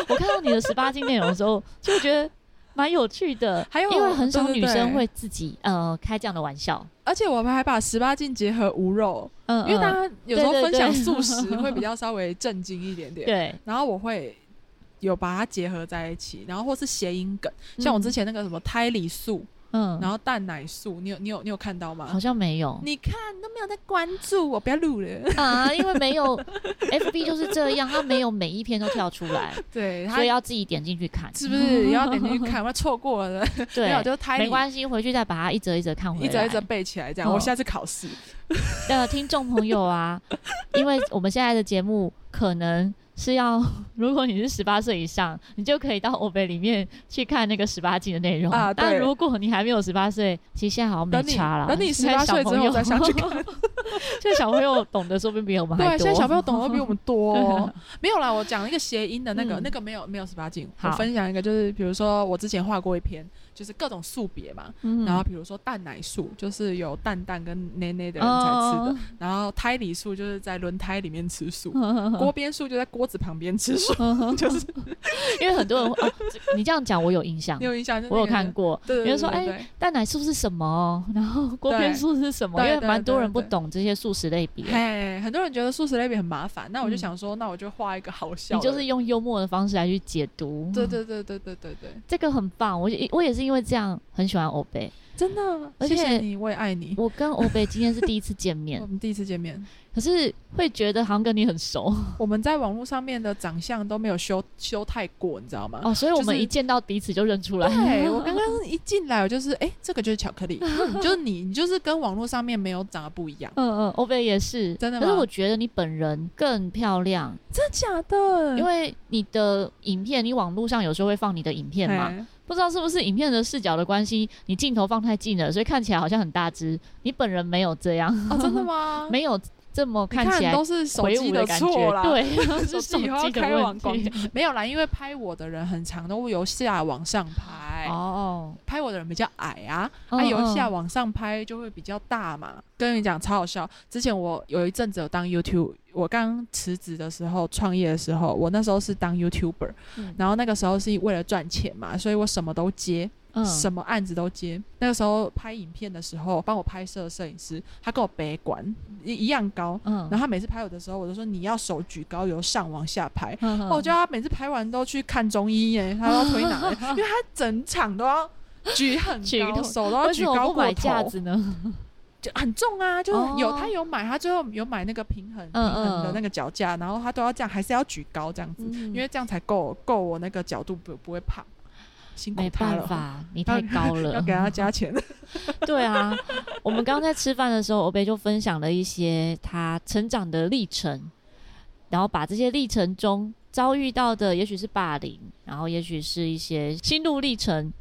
[SPEAKER 1] 我看到你的十八禁内容的时候，就觉得蛮有趣的。
[SPEAKER 2] 还有
[SPEAKER 1] 因为很少
[SPEAKER 2] 对对
[SPEAKER 1] 女
[SPEAKER 2] 对
[SPEAKER 1] 生会自己呃开这样的玩笑，
[SPEAKER 2] 而且我们还把十八禁结合无肉，
[SPEAKER 1] 嗯，
[SPEAKER 2] 因为大
[SPEAKER 1] 嗯
[SPEAKER 2] 家有时候
[SPEAKER 1] 对对
[SPEAKER 2] 分
[SPEAKER 1] 对
[SPEAKER 2] 享素 食会比较稍微震惊一点点，
[SPEAKER 1] 嗯对，
[SPEAKER 2] 然后我会有把它结合在一起，然后或是谐音梗，像我之
[SPEAKER 1] 前
[SPEAKER 2] 前那个什么胎里素，
[SPEAKER 1] 嗯，
[SPEAKER 2] 然后蛋奶素，你有你有你有看到
[SPEAKER 1] 好
[SPEAKER 2] 吗？
[SPEAKER 1] 像没有
[SPEAKER 2] 你看你都没有在关注我，不要录了。
[SPEAKER 1] 啊，因为没有 FB 就是这样，它没有每一篇都跳出来，
[SPEAKER 2] 对， 他
[SPEAKER 1] 所以要自己点进去看，
[SPEAKER 2] 是不是也要点进去 看？我错过了， 没
[SPEAKER 1] 对
[SPEAKER 2] 有，，就胎
[SPEAKER 1] 没
[SPEAKER 2] 里
[SPEAKER 1] 关系，回去再把它一折一折看回来。
[SPEAKER 2] 一直一直背起来，这样。
[SPEAKER 1] 哦
[SPEAKER 2] 我下次考试，
[SPEAKER 1] 呃，听众朋友 啊，因为我们现在的节目可能是要， 如果你是十八岁以上，你就可以到欧北里面去看那个十八禁的内容
[SPEAKER 2] 啊
[SPEAKER 1] 但
[SPEAKER 2] 对
[SPEAKER 1] 如果你还没有十八岁，其实现在好像没
[SPEAKER 2] 等你
[SPEAKER 1] 差了。
[SPEAKER 2] 等你十
[SPEAKER 1] 现在
[SPEAKER 2] 八
[SPEAKER 1] 小
[SPEAKER 2] 岁之
[SPEAKER 1] 朋
[SPEAKER 2] 后
[SPEAKER 1] 友
[SPEAKER 2] 再 上去看。
[SPEAKER 1] 现在小朋友懂得说不定比我们还
[SPEAKER 2] 对，啊
[SPEAKER 1] 多。。
[SPEAKER 2] 现在小朋友懂得比我们多、哦 没有啦，我讲一个谐音的那个，
[SPEAKER 1] 嗯
[SPEAKER 2] 那个没有没有十八禁。我
[SPEAKER 1] 好
[SPEAKER 2] 分享一个，就是比如说我之前画过一篇，就是各种素别嘛。
[SPEAKER 1] 嗯
[SPEAKER 2] 然后比如说蛋奶素，就是有蛋蛋跟奶奶的人才吃
[SPEAKER 1] 哦
[SPEAKER 2] 的；然后胎里素就是在轮胎里面吃素；
[SPEAKER 1] 的
[SPEAKER 2] 锅边素就在锅子旁边吃素。 就是
[SPEAKER 1] 因为很多人、哦，你这样讲我有印象
[SPEAKER 2] 你，有印象？就
[SPEAKER 1] 嗯
[SPEAKER 2] 是
[SPEAKER 1] 我有
[SPEAKER 2] 那个
[SPEAKER 1] 看。过。
[SPEAKER 2] 对对
[SPEAKER 1] 有
[SPEAKER 2] 对
[SPEAKER 1] 人说
[SPEAKER 2] 对
[SPEAKER 1] 哎
[SPEAKER 2] 对
[SPEAKER 1] 蛋奶素是什么？ 然后锅
[SPEAKER 2] 对
[SPEAKER 1] 边素是什么？
[SPEAKER 2] 对
[SPEAKER 1] 因为
[SPEAKER 2] 对
[SPEAKER 1] 蛮多
[SPEAKER 2] 对
[SPEAKER 1] 人不
[SPEAKER 2] 对
[SPEAKER 1] 懂这些素食类别，
[SPEAKER 2] 嘿，很多人觉得素食类别很麻烦，那我就
[SPEAKER 1] 嗯
[SPEAKER 2] 想说，那我就画一个好笑
[SPEAKER 1] 你
[SPEAKER 2] 的。
[SPEAKER 1] 就是用幽默的方式来去解读。
[SPEAKER 2] 对对对对对对对，
[SPEAKER 1] 这个很棒，我也我也是因为这样很喜欢欧 贝。
[SPEAKER 2] 真的，
[SPEAKER 1] 而
[SPEAKER 2] 谢谢
[SPEAKER 1] 且
[SPEAKER 2] 你，我也爱你。
[SPEAKER 1] 我跟欧贝今天是第一次见面
[SPEAKER 2] 我，们第一次见面，
[SPEAKER 1] 可是会觉得好像跟你很 熟
[SPEAKER 2] 我们在网络上面的长相都没有修修太过，你知道吗？
[SPEAKER 1] 哦，所以我
[SPEAKER 2] 就
[SPEAKER 1] 们
[SPEAKER 2] 是
[SPEAKER 1] 一见到彼此就认出来。
[SPEAKER 2] 对我刚刚一进来，我就是哎、这个就是巧克力，嗯就是你，你就是跟网络上面没有长得不一样，
[SPEAKER 1] 嗯嗯，欧贝也是，
[SPEAKER 2] 真的
[SPEAKER 1] 可是
[SPEAKER 2] 吗
[SPEAKER 1] 我觉得你本人更漂亮，
[SPEAKER 2] 真的假的
[SPEAKER 1] 因为你的影片，你网络上有时候会放你的影片嘛，
[SPEAKER 2] 哎
[SPEAKER 1] 不知道是不是影片的视角的关系，你镜头放太近了，所以看起来好像很大只。你本人没有这样，
[SPEAKER 2] 哦，真的吗？
[SPEAKER 1] 没有这么
[SPEAKER 2] 你
[SPEAKER 1] 看起来
[SPEAKER 2] 都是手
[SPEAKER 1] 魁
[SPEAKER 2] 机
[SPEAKER 1] 梧的感
[SPEAKER 2] 错
[SPEAKER 1] 觉，
[SPEAKER 2] 啦，，
[SPEAKER 1] 对，是
[SPEAKER 2] 手
[SPEAKER 1] 手
[SPEAKER 2] 机以后
[SPEAKER 1] 机
[SPEAKER 2] 要开
[SPEAKER 1] 的
[SPEAKER 2] 往
[SPEAKER 1] 问
[SPEAKER 2] 光
[SPEAKER 1] 题。
[SPEAKER 2] 没有啦，因为拍我的人很长，都由下往上拍，
[SPEAKER 1] 哦，
[SPEAKER 2] 拍我的人比较矮啊，
[SPEAKER 1] 嗯
[SPEAKER 2] 啊由
[SPEAKER 1] 嗯
[SPEAKER 2] 下往上拍就会比较大嘛。跟你讲超好笑，之前我有一阵子有当 YouTube，我刚辞职的时候，创业的时候，我那时候是当 YouTuber，
[SPEAKER 1] 嗯
[SPEAKER 2] 然后那个时候是为了赚钱嘛，所以我什么都接，
[SPEAKER 1] 嗯
[SPEAKER 2] 什么案子都接。那个时候拍影片的时候，帮我拍摄的摄影师，他跟我背管一一样高，
[SPEAKER 1] 嗯，
[SPEAKER 2] 然后他每次拍我的时候，我就说你要手举高，由上往下拍。
[SPEAKER 1] 后
[SPEAKER 2] 哦我觉得他每次拍完都去看中医耶，他要推 拿耶，因为他整场都要举很
[SPEAKER 1] 举
[SPEAKER 2] 高，
[SPEAKER 1] 头
[SPEAKER 2] 手都要
[SPEAKER 1] 为什
[SPEAKER 2] 举
[SPEAKER 1] 么
[SPEAKER 2] 高
[SPEAKER 1] 不
[SPEAKER 2] 过
[SPEAKER 1] 买架
[SPEAKER 2] 头，
[SPEAKER 1] 子呢？
[SPEAKER 2] 就很重啊。就是有
[SPEAKER 1] 哦
[SPEAKER 2] 他有买，他最后有买那个平衡平
[SPEAKER 1] 嗯
[SPEAKER 2] 衡的
[SPEAKER 1] 嗯
[SPEAKER 2] 那个脚架，然后他都要这样，还是要举高这样子。
[SPEAKER 1] 因
[SPEAKER 2] 嗯因为这样才够够我那个角度不不会胖，辛苦
[SPEAKER 1] 没
[SPEAKER 2] 他
[SPEAKER 1] 办
[SPEAKER 2] 了，
[SPEAKER 1] 法，你太高
[SPEAKER 2] 要
[SPEAKER 1] 了。
[SPEAKER 2] 给他加钱。
[SPEAKER 1] 对啊，我们刚刚在吃饭的时候，欧贝就分享了一些他成长的历程，然后把这些历程中遭遇到的，也许是霸凌，然后也许是一些心路历程，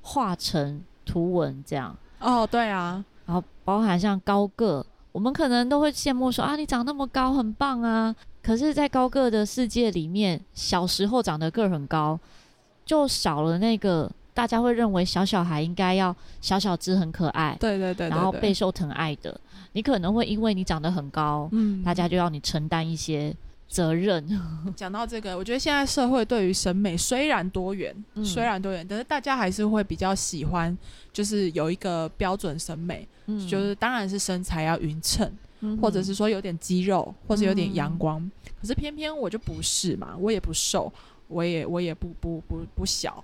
[SPEAKER 1] 画成图文这样，
[SPEAKER 2] 哦，对啊，
[SPEAKER 1] 然后包含像高个，我们可能都会羡慕说啊，你长那么高，很棒啊。可是，在高个的世界里面，小时候长得个儿很高，就少了那个大家会认为小小孩应该要小小只很可爱，
[SPEAKER 2] 对对对对对，
[SPEAKER 1] 然后备受疼爱的。你可能会因为你长得很高，
[SPEAKER 2] 嗯
[SPEAKER 1] 大家就要你承担一些责任。
[SPEAKER 2] 讲到这个，我觉得现在社会对于审美虽然多元，
[SPEAKER 1] 嗯
[SPEAKER 2] 虽然多元，但是大家还是会比较喜欢，就是有一个标准审美，
[SPEAKER 1] 嗯
[SPEAKER 2] 就是当然是身材要匀称，
[SPEAKER 1] 嗯
[SPEAKER 2] 或者是说有点肌肉，或者有点阳
[SPEAKER 1] 嗯
[SPEAKER 2] 光。可是偏偏我就不是嘛，我也不瘦，我也我也不不不不小，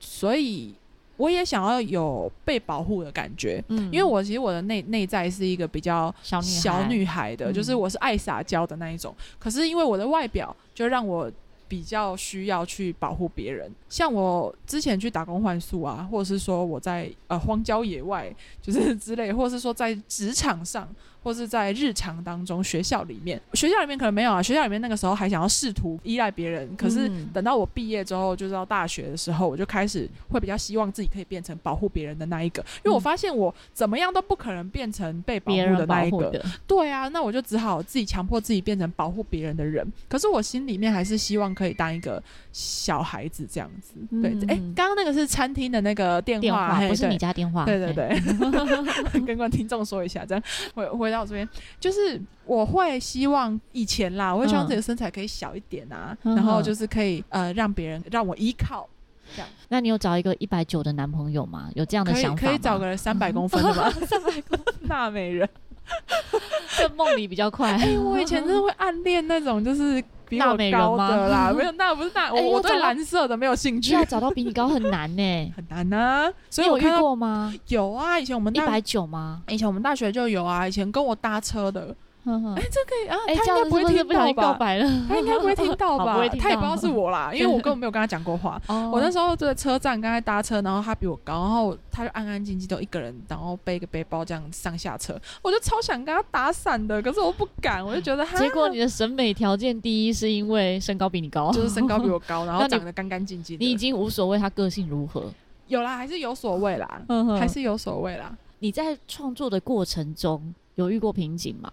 [SPEAKER 2] 所以我也想要有被保护的感觉。
[SPEAKER 1] 嗯，
[SPEAKER 2] 因为我其实我的内内在是一个比较
[SPEAKER 1] 小女
[SPEAKER 2] 小
[SPEAKER 1] 孩
[SPEAKER 2] 女孩的，就是
[SPEAKER 1] 嗯
[SPEAKER 2] 我是爱撒娇的那一种。可是因为我的外表，就让我比较需要去保护别人。像我之前去打工换宿啊，或者是说我在呃荒郊野外，就是之类，或者是说在职场上，或是在日常当中，学校里面，学校里面可能没有啊，学校里面那个时候还想要试图依赖别人，可是。
[SPEAKER 1] 嗯
[SPEAKER 2] 等到我毕业之后，就是到大学的时候，我就开始会比较希望自己可以变成保护别人的那一个，因为我
[SPEAKER 1] 嗯
[SPEAKER 2] 发现我怎么样都不可能变成被保护
[SPEAKER 1] 别
[SPEAKER 2] 的
[SPEAKER 1] 人
[SPEAKER 2] 那
[SPEAKER 1] 保
[SPEAKER 2] 一
[SPEAKER 1] 护
[SPEAKER 2] 个。
[SPEAKER 1] 的，
[SPEAKER 2] 对啊，那我就只好自己强迫自己变成保护别人的人。可是我心里面还是希望可以当一个小孩子这样子。对，
[SPEAKER 1] 嗯
[SPEAKER 2] 哎、刚刚那个是餐厅的那个电话，
[SPEAKER 1] 电话
[SPEAKER 2] 嘿
[SPEAKER 1] 不是
[SPEAKER 2] 对
[SPEAKER 1] 你家电话，
[SPEAKER 2] 对 对对，跟观听众说一下，这样回回到我这边，就是我会希望以前啦，我会希望
[SPEAKER 1] 嗯
[SPEAKER 2] 自己的身材可以小一点啊，
[SPEAKER 1] 嗯
[SPEAKER 2] 然后
[SPEAKER 1] 哼
[SPEAKER 2] 就是可以呃让别人让我依靠，
[SPEAKER 1] 那你有找一个一百九的男朋友吗？有这样的
[SPEAKER 2] 可以
[SPEAKER 1] 想法
[SPEAKER 2] 可以找
[SPEAKER 1] 吗
[SPEAKER 2] 个三百公分的 吧，三百公 分娜美人。
[SPEAKER 1] 在梦里比较快。
[SPEAKER 2] 哎、我以前真的会暗恋那种就是比
[SPEAKER 1] 大
[SPEAKER 2] 我
[SPEAKER 1] 美人
[SPEAKER 2] 高
[SPEAKER 1] 吗
[SPEAKER 2] 的啦，没有，那不是那我、
[SPEAKER 1] 哎
[SPEAKER 2] 我
[SPEAKER 1] 要找
[SPEAKER 2] 对
[SPEAKER 1] 到
[SPEAKER 2] 蓝色的没有兴趣
[SPEAKER 1] 要，找到比 你高很难呢、
[SPEAKER 2] 很难啊。所
[SPEAKER 1] 你
[SPEAKER 2] 以
[SPEAKER 1] 有
[SPEAKER 2] 我
[SPEAKER 1] 遇
[SPEAKER 2] 看到
[SPEAKER 1] 过吗？
[SPEAKER 2] 有啊，以前我们
[SPEAKER 1] 一
[SPEAKER 2] 大
[SPEAKER 1] 百九 吗？
[SPEAKER 2] 以前我们大学就有啊，以前跟我搭车的，
[SPEAKER 1] 哼哼
[SPEAKER 2] 哎、这可以啊，
[SPEAKER 1] 嗯哎、
[SPEAKER 2] 他
[SPEAKER 1] 这样
[SPEAKER 2] 应该
[SPEAKER 1] 子
[SPEAKER 2] 不会
[SPEAKER 1] 是不是
[SPEAKER 2] 听
[SPEAKER 1] 不小
[SPEAKER 2] 到
[SPEAKER 1] 心告
[SPEAKER 2] 吧？
[SPEAKER 1] 白了？
[SPEAKER 2] 他应该不会听到
[SPEAKER 1] 好
[SPEAKER 2] 吧
[SPEAKER 1] 不会？听
[SPEAKER 2] 他也不
[SPEAKER 1] 到
[SPEAKER 2] 知道是 我啦，因为我根本没有跟他讲过话。
[SPEAKER 1] 哦
[SPEAKER 2] 我那时候就在车站跟他搭车，然后他比我高，然后他就安安静静都一个人，然后背一个背包这样上下车，我就超想跟他打伞的，可是我不敢，我就觉得他
[SPEAKER 1] 哦 结果你的审美条件第一是因为身高比你高，
[SPEAKER 2] 就是身高比我高，然
[SPEAKER 1] 那
[SPEAKER 2] 后
[SPEAKER 1] 你
[SPEAKER 2] 长得干干净净的。
[SPEAKER 1] 你已经无所谓他个性如何。
[SPEAKER 2] 有啦，还是有所谓啦，
[SPEAKER 1] 嗯哼
[SPEAKER 2] 还是有所谓啦。
[SPEAKER 1] 你在创作的过程中有遇过瓶颈吗？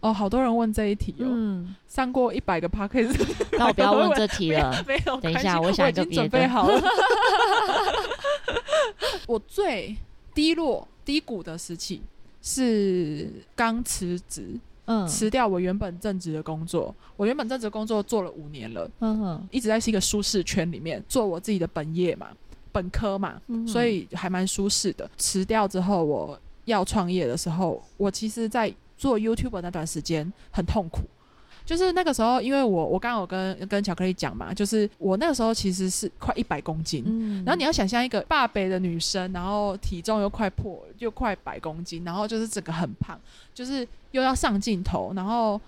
[SPEAKER 2] 哦，好多人问这一题哦，
[SPEAKER 1] 嗯，
[SPEAKER 2] 上过一百个 p a c k a g e
[SPEAKER 1] 那我不要问这题了。
[SPEAKER 2] 没有关系，
[SPEAKER 1] 等一下
[SPEAKER 2] 我
[SPEAKER 1] 我想一个
[SPEAKER 2] 已经准
[SPEAKER 1] 别的
[SPEAKER 2] 备好了。我最低落低谷的时期是刚辞职，
[SPEAKER 1] 嗯
[SPEAKER 2] 辞掉我原本正职的工作。我原本正职工作做了五年了，
[SPEAKER 1] 嗯哼
[SPEAKER 2] 一直在是一个舒适圈里面做我自己的本业嘛，本科嘛，
[SPEAKER 1] 嗯哼，
[SPEAKER 2] 所以还蛮舒适的。辞掉之后，我要创业的时候，我其实，在做 YouTube 那段时间很痛苦。就是那个时候，因为我我刚刚有跟跟巧克力讲嘛，就是我那个时候其实是快一百公斤，
[SPEAKER 1] 嗯，
[SPEAKER 2] 然后你要想象一个大北的女生，然后体重又快破又快百公斤，然后就是整个很胖，就是又要上镜头，然后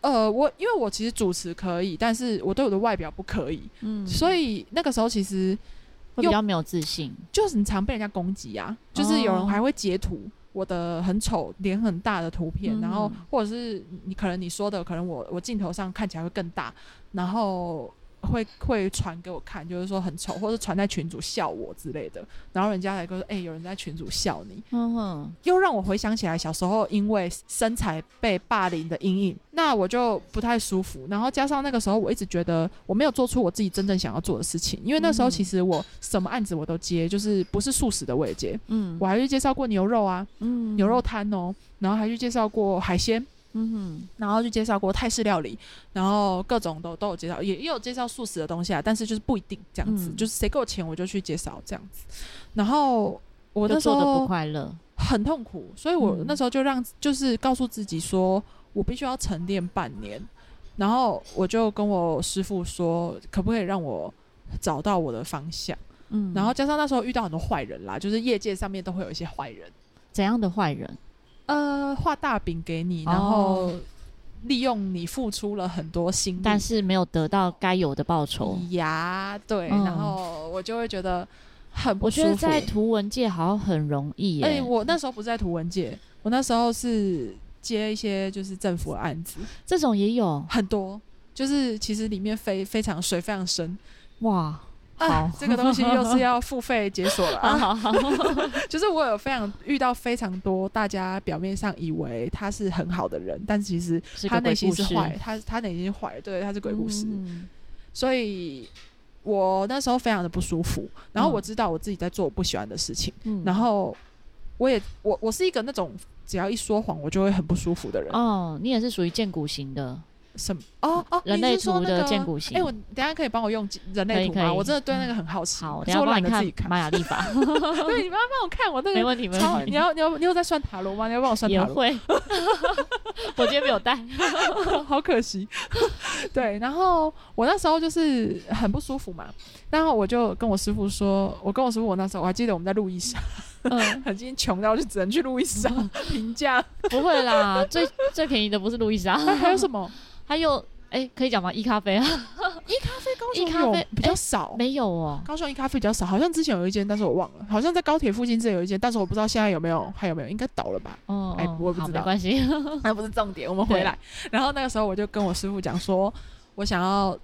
[SPEAKER 2] 呃，我因为我其实主持可以，但是我对我的外表不可以，
[SPEAKER 1] 嗯
[SPEAKER 2] 所以那个时候其实
[SPEAKER 1] 会比较没有自信，
[SPEAKER 2] 就是很常被人家攻击啊，就是有人还会截图。我的很丑、脸很大的图片，
[SPEAKER 1] 嗯
[SPEAKER 2] 然后或者是你可能你说的，可能我我镜头上看起来会更大，然后会会传给我看，就是说很丑，或者传在群主笑我之类的，然后人家来跟我说，哎、有人在群主笑你，
[SPEAKER 1] 嗯哼，
[SPEAKER 2] 又让我回想起来小时候因为身材被霸凌的阴影，那我就不太舒服。然后加上那个时候，我一直觉得我没有做出我自己真正想要做的事情，因为那时候
[SPEAKER 1] 嗯
[SPEAKER 2] 其实我什么案子我都接，就是不是素食的我也接，
[SPEAKER 1] 嗯
[SPEAKER 2] 我还去介绍过牛肉啊，
[SPEAKER 1] 嗯
[SPEAKER 2] 牛肉，摊哦，然后还去介绍过海鲜，
[SPEAKER 1] 嗯
[SPEAKER 2] 然后去介绍过泰式料理，然后各种都都有介绍，也也有介绍素食的东西啊，但是就是不一定这样子，
[SPEAKER 1] 嗯
[SPEAKER 2] 就是谁给我钱我就去介绍这样子。然后我
[SPEAKER 1] 哼，
[SPEAKER 2] 那
[SPEAKER 1] 就
[SPEAKER 2] 时
[SPEAKER 1] 做的
[SPEAKER 2] 候
[SPEAKER 1] 不快乐，
[SPEAKER 2] 很痛苦，所以我
[SPEAKER 1] 嗯
[SPEAKER 2] 那时候就让就是告诉自己说，我必须要沉淀半年，然后我就跟我师傅说，可不可以让我找到我的方向？
[SPEAKER 1] 嗯，
[SPEAKER 2] 然后加上那时候遇到很多坏人啦，就是业界上面都会有一些坏人，
[SPEAKER 1] 怎样的坏人？
[SPEAKER 2] 呃，画大饼给你，
[SPEAKER 1] 哦
[SPEAKER 2] 然后利用你付出了很多心力，
[SPEAKER 1] 但是没有得到该有的报酬。
[SPEAKER 2] 嗯呀，对，
[SPEAKER 1] 嗯
[SPEAKER 2] 然后我就会觉得很不
[SPEAKER 1] 我觉
[SPEAKER 2] 舒服。
[SPEAKER 1] 得在图文界好像很容易耶、
[SPEAKER 2] 哎、我那时候不是在图文界，我那时候是接一些就是政府的案子，
[SPEAKER 1] 这种也有
[SPEAKER 2] 很多，就是其实里面非非常水非常深。
[SPEAKER 1] 哇，
[SPEAKER 2] 啊
[SPEAKER 1] 好，
[SPEAKER 2] 这个东西又是要付费解锁 了、啊，
[SPEAKER 1] 好好
[SPEAKER 2] 就是我有非常遇到非常多大家表面上以为他是很好的人，但其实
[SPEAKER 1] 是个
[SPEAKER 2] 他内
[SPEAKER 1] 鬼
[SPEAKER 2] 心
[SPEAKER 1] 故
[SPEAKER 2] 是
[SPEAKER 1] 事，
[SPEAKER 2] 坏，他他内心是坏，对，他是鬼故事，
[SPEAKER 1] 嗯
[SPEAKER 2] 所以我那时候非常的不舒服，然后我
[SPEAKER 1] 嗯
[SPEAKER 2] 知道我自己在做我不喜欢的事情，
[SPEAKER 1] 嗯
[SPEAKER 2] 然后我也我我是一个那种只要一说谎我就会很不舒服的人，
[SPEAKER 1] 哦，你也是属于见骨型的，
[SPEAKER 2] 什么？哦哦，
[SPEAKER 1] 人
[SPEAKER 2] 你
[SPEAKER 1] 类
[SPEAKER 2] 是说
[SPEAKER 1] 图
[SPEAKER 2] 那
[SPEAKER 1] 的
[SPEAKER 2] 个
[SPEAKER 1] 剑骨型
[SPEAKER 2] 哎、我等一下可以帮我用人
[SPEAKER 1] 可
[SPEAKER 2] 类
[SPEAKER 1] 以
[SPEAKER 2] 图
[SPEAKER 1] 可
[SPEAKER 2] 吗？
[SPEAKER 1] 以嗯
[SPEAKER 2] 我真的对那个很好奇，
[SPEAKER 1] 好，我
[SPEAKER 2] 可
[SPEAKER 1] 等
[SPEAKER 2] 是
[SPEAKER 1] 下
[SPEAKER 2] 我
[SPEAKER 1] 帮
[SPEAKER 2] 懒
[SPEAKER 1] 你
[SPEAKER 2] 得自
[SPEAKER 1] 看
[SPEAKER 2] 己看。
[SPEAKER 1] 玛雅历 法，
[SPEAKER 2] 对，你慢慢帮我看，我那
[SPEAKER 1] 没
[SPEAKER 2] 个
[SPEAKER 1] 问题，没
[SPEAKER 2] 超，
[SPEAKER 1] 问
[SPEAKER 2] 你
[SPEAKER 1] 题，
[SPEAKER 2] 要你要你有在算塔罗吗？你要帮我算
[SPEAKER 1] 也
[SPEAKER 2] 塔罗？
[SPEAKER 1] 会。 我今天没有带，
[SPEAKER 2] 好可惜。 对，然后我那时候就是很不舒服嘛，然后我就跟我师傅说，我跟我师傅，我那时候我还记得我们在路易莎，
[SPEAKER 1] 嗯，
[SPEAKER 2] 已经穷到就只能去路易莎啊 评价，
[SPEAKER 1] 不会 啦，最最便宜的不是路易莎，
[SPEAKER 2] 那还有什么？
[SPEAKER 1] 还有哎、可以讲吗？一咖啡啊，
[SPEAKER 2] 在高
[SPEAKER 1] 一
[SPEAKER 2] 雄
[SPEAKER 1] 咖
[SPEAKER 2] 有
[SPEAKER 1] 啡
[SPEAKER 2] 比较
[SPEAKER 1] 哎
[SPEAKER 2] 少。
[SPEAKER 1] 没有哦，
[SPEAKER 2] 高雄一咖啡比较少，好像之前有一间，但是我忘了，好像在高铁附近这有一间，但是我不知道现在有没有，还有没有，应该倒了 吧？
[SPEAKER 1] 哦，
[SPEAKER 2] 哎
[SPEAKER 1] 哦
[SPEAKER 2] 我不
[SPEAKER 1] 好
[SPEAKER 2] 知
[SPEAKER 1] 没
[SPEAKER 2] 道
[SPEAKER 1] 关 系，
[SPEAKER 2] 那不是重点，我们回来。然后那个时候我就跟我师傅讲说，我想要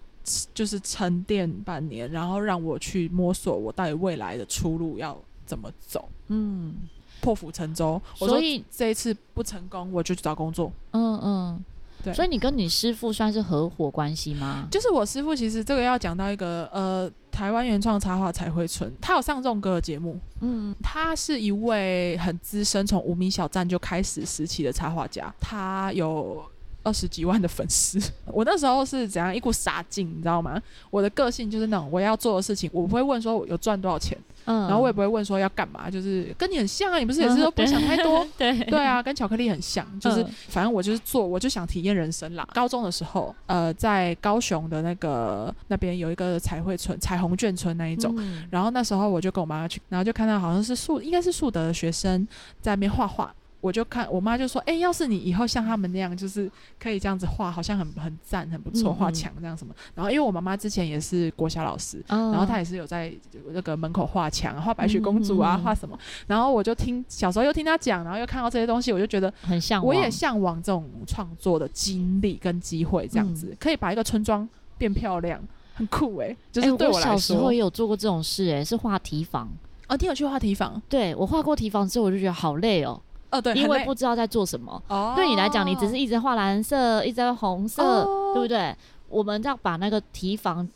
[SPEAKER 2] 就是沉淀半年，然后让我去摸索我到底未来的出路要怎么走，
[SPEAKER 1] 嗯，
[SPEAKER 2] 破釜沉舟。我
[SPEAKER 1] 所
[SPEAKER 2] 说
[SPEAKER 1] 以
[SPEAKER 2] 这一次不成功，我就去找工作。
[SPEAKER 1] 嗯嗯，
[SPEAKER 2] 对
[SPEAKER 1] 所以你跟你师傅算是合伙关系吗？
[SPEAKER 2] 就是我师傅，其实这个要讲到一个呃，台湾原创插画彩绘村，他有上这种歌的节目，
[SPEAKER 1] 嗯，
[SPEAKER 2] 他是一位很资深，从无名小站就开始时期的插画家，他有。二十几万的粉丝， 我那时候是怎样一股傻劲，你知道吗？我的个性就是那种我要做的事情，我不会问说我有赚多少钱，
[SPEAKER 1] 嗯，
[SPEAKER 2] 然后我也不会问说要干嘛，就是跟你很像啊，你不是也是
[SPEAKER 1] 嗯
[SPEAKER 2] 说不想太 多，
[SPEAKER 1] 对
[SPEAKER 2] 对啊，跟巧克力很像，就是、
[SPEAKER 1] 嗯
[SPEAKER 2] 反正我就是做，我就想体验人生啦。高中的时候，呃，在高雄的那个那边有一个彩绘村、彩虹眷村那一种，
[SPEAKER 1] 嗯
[SPEAKER 2] 然后那时候我就跟我妈妈去，然后就看到好像是树，应该是树德的学生在那边画画。我就看我妈就说：“哎、要是你以后像他们那样，就是可以这样子画，好像很很赞，很不错，
[SPEAKER 1] 嗯
[SPEAKER 2] 画
[SPEAKER 1] 嗯
[SPEAKER 2] 墙这样什么。”然后因为我妈妈之前也是国小老师，
[SPEAKER 1] 嗯
[SPEAKER 2] 然后她也是有在那个门口画墙，画白雪公主
[SPEAKER 1] 嗯
[SPEAKER 2] 啊
[SPEAKER 1] 嗯，嗯
[SPEAKER 2] 画什么。然后我就听小时候又听她讲，然后又看到这些东西，我就觉得
[SPEAKER 1] 嗯很向
[SPEAKER 2] 我
[SPEAKER 1] 往，
[SPEAKER 2] 也向往这种创作的经历跟机会，这样子、
[SPEAKER 1] 嗯
[SPEAKER 2] 可以把一个村庄变漂亮，很酷诶、就
[SPEAKER 1] 哎
[SPEAKER 2] 是对
[SPEAKER 1] 我
[SPEAKER 2] 来
[SPEAKER 1] 小时
[SPEAKER 2] 说，
[SPEAKER 1] 候也有做过这种事、哎，是画提防。
[SPEAKER 2] 哦，你有去画提房？
[SPEAKER 1] 对我画过提防之后，我就觉得好累哦，
[SPEAKER 2] 哦，对，
[SPEAKER 1] 因
[SPEAKER 2] 很
[SPEAKER 1] 为
[SPEAKER 2] 累
[SPEAKER 1] 不知道在做什么。
[SPEAKER 2] 哦，
[SPEAKER 1] 对你来讲，你只是一直画蓝色，一直在画红色，
[SPEAKER 2] 哦
[SPEAKER 1] 对不对？我们要把那个提防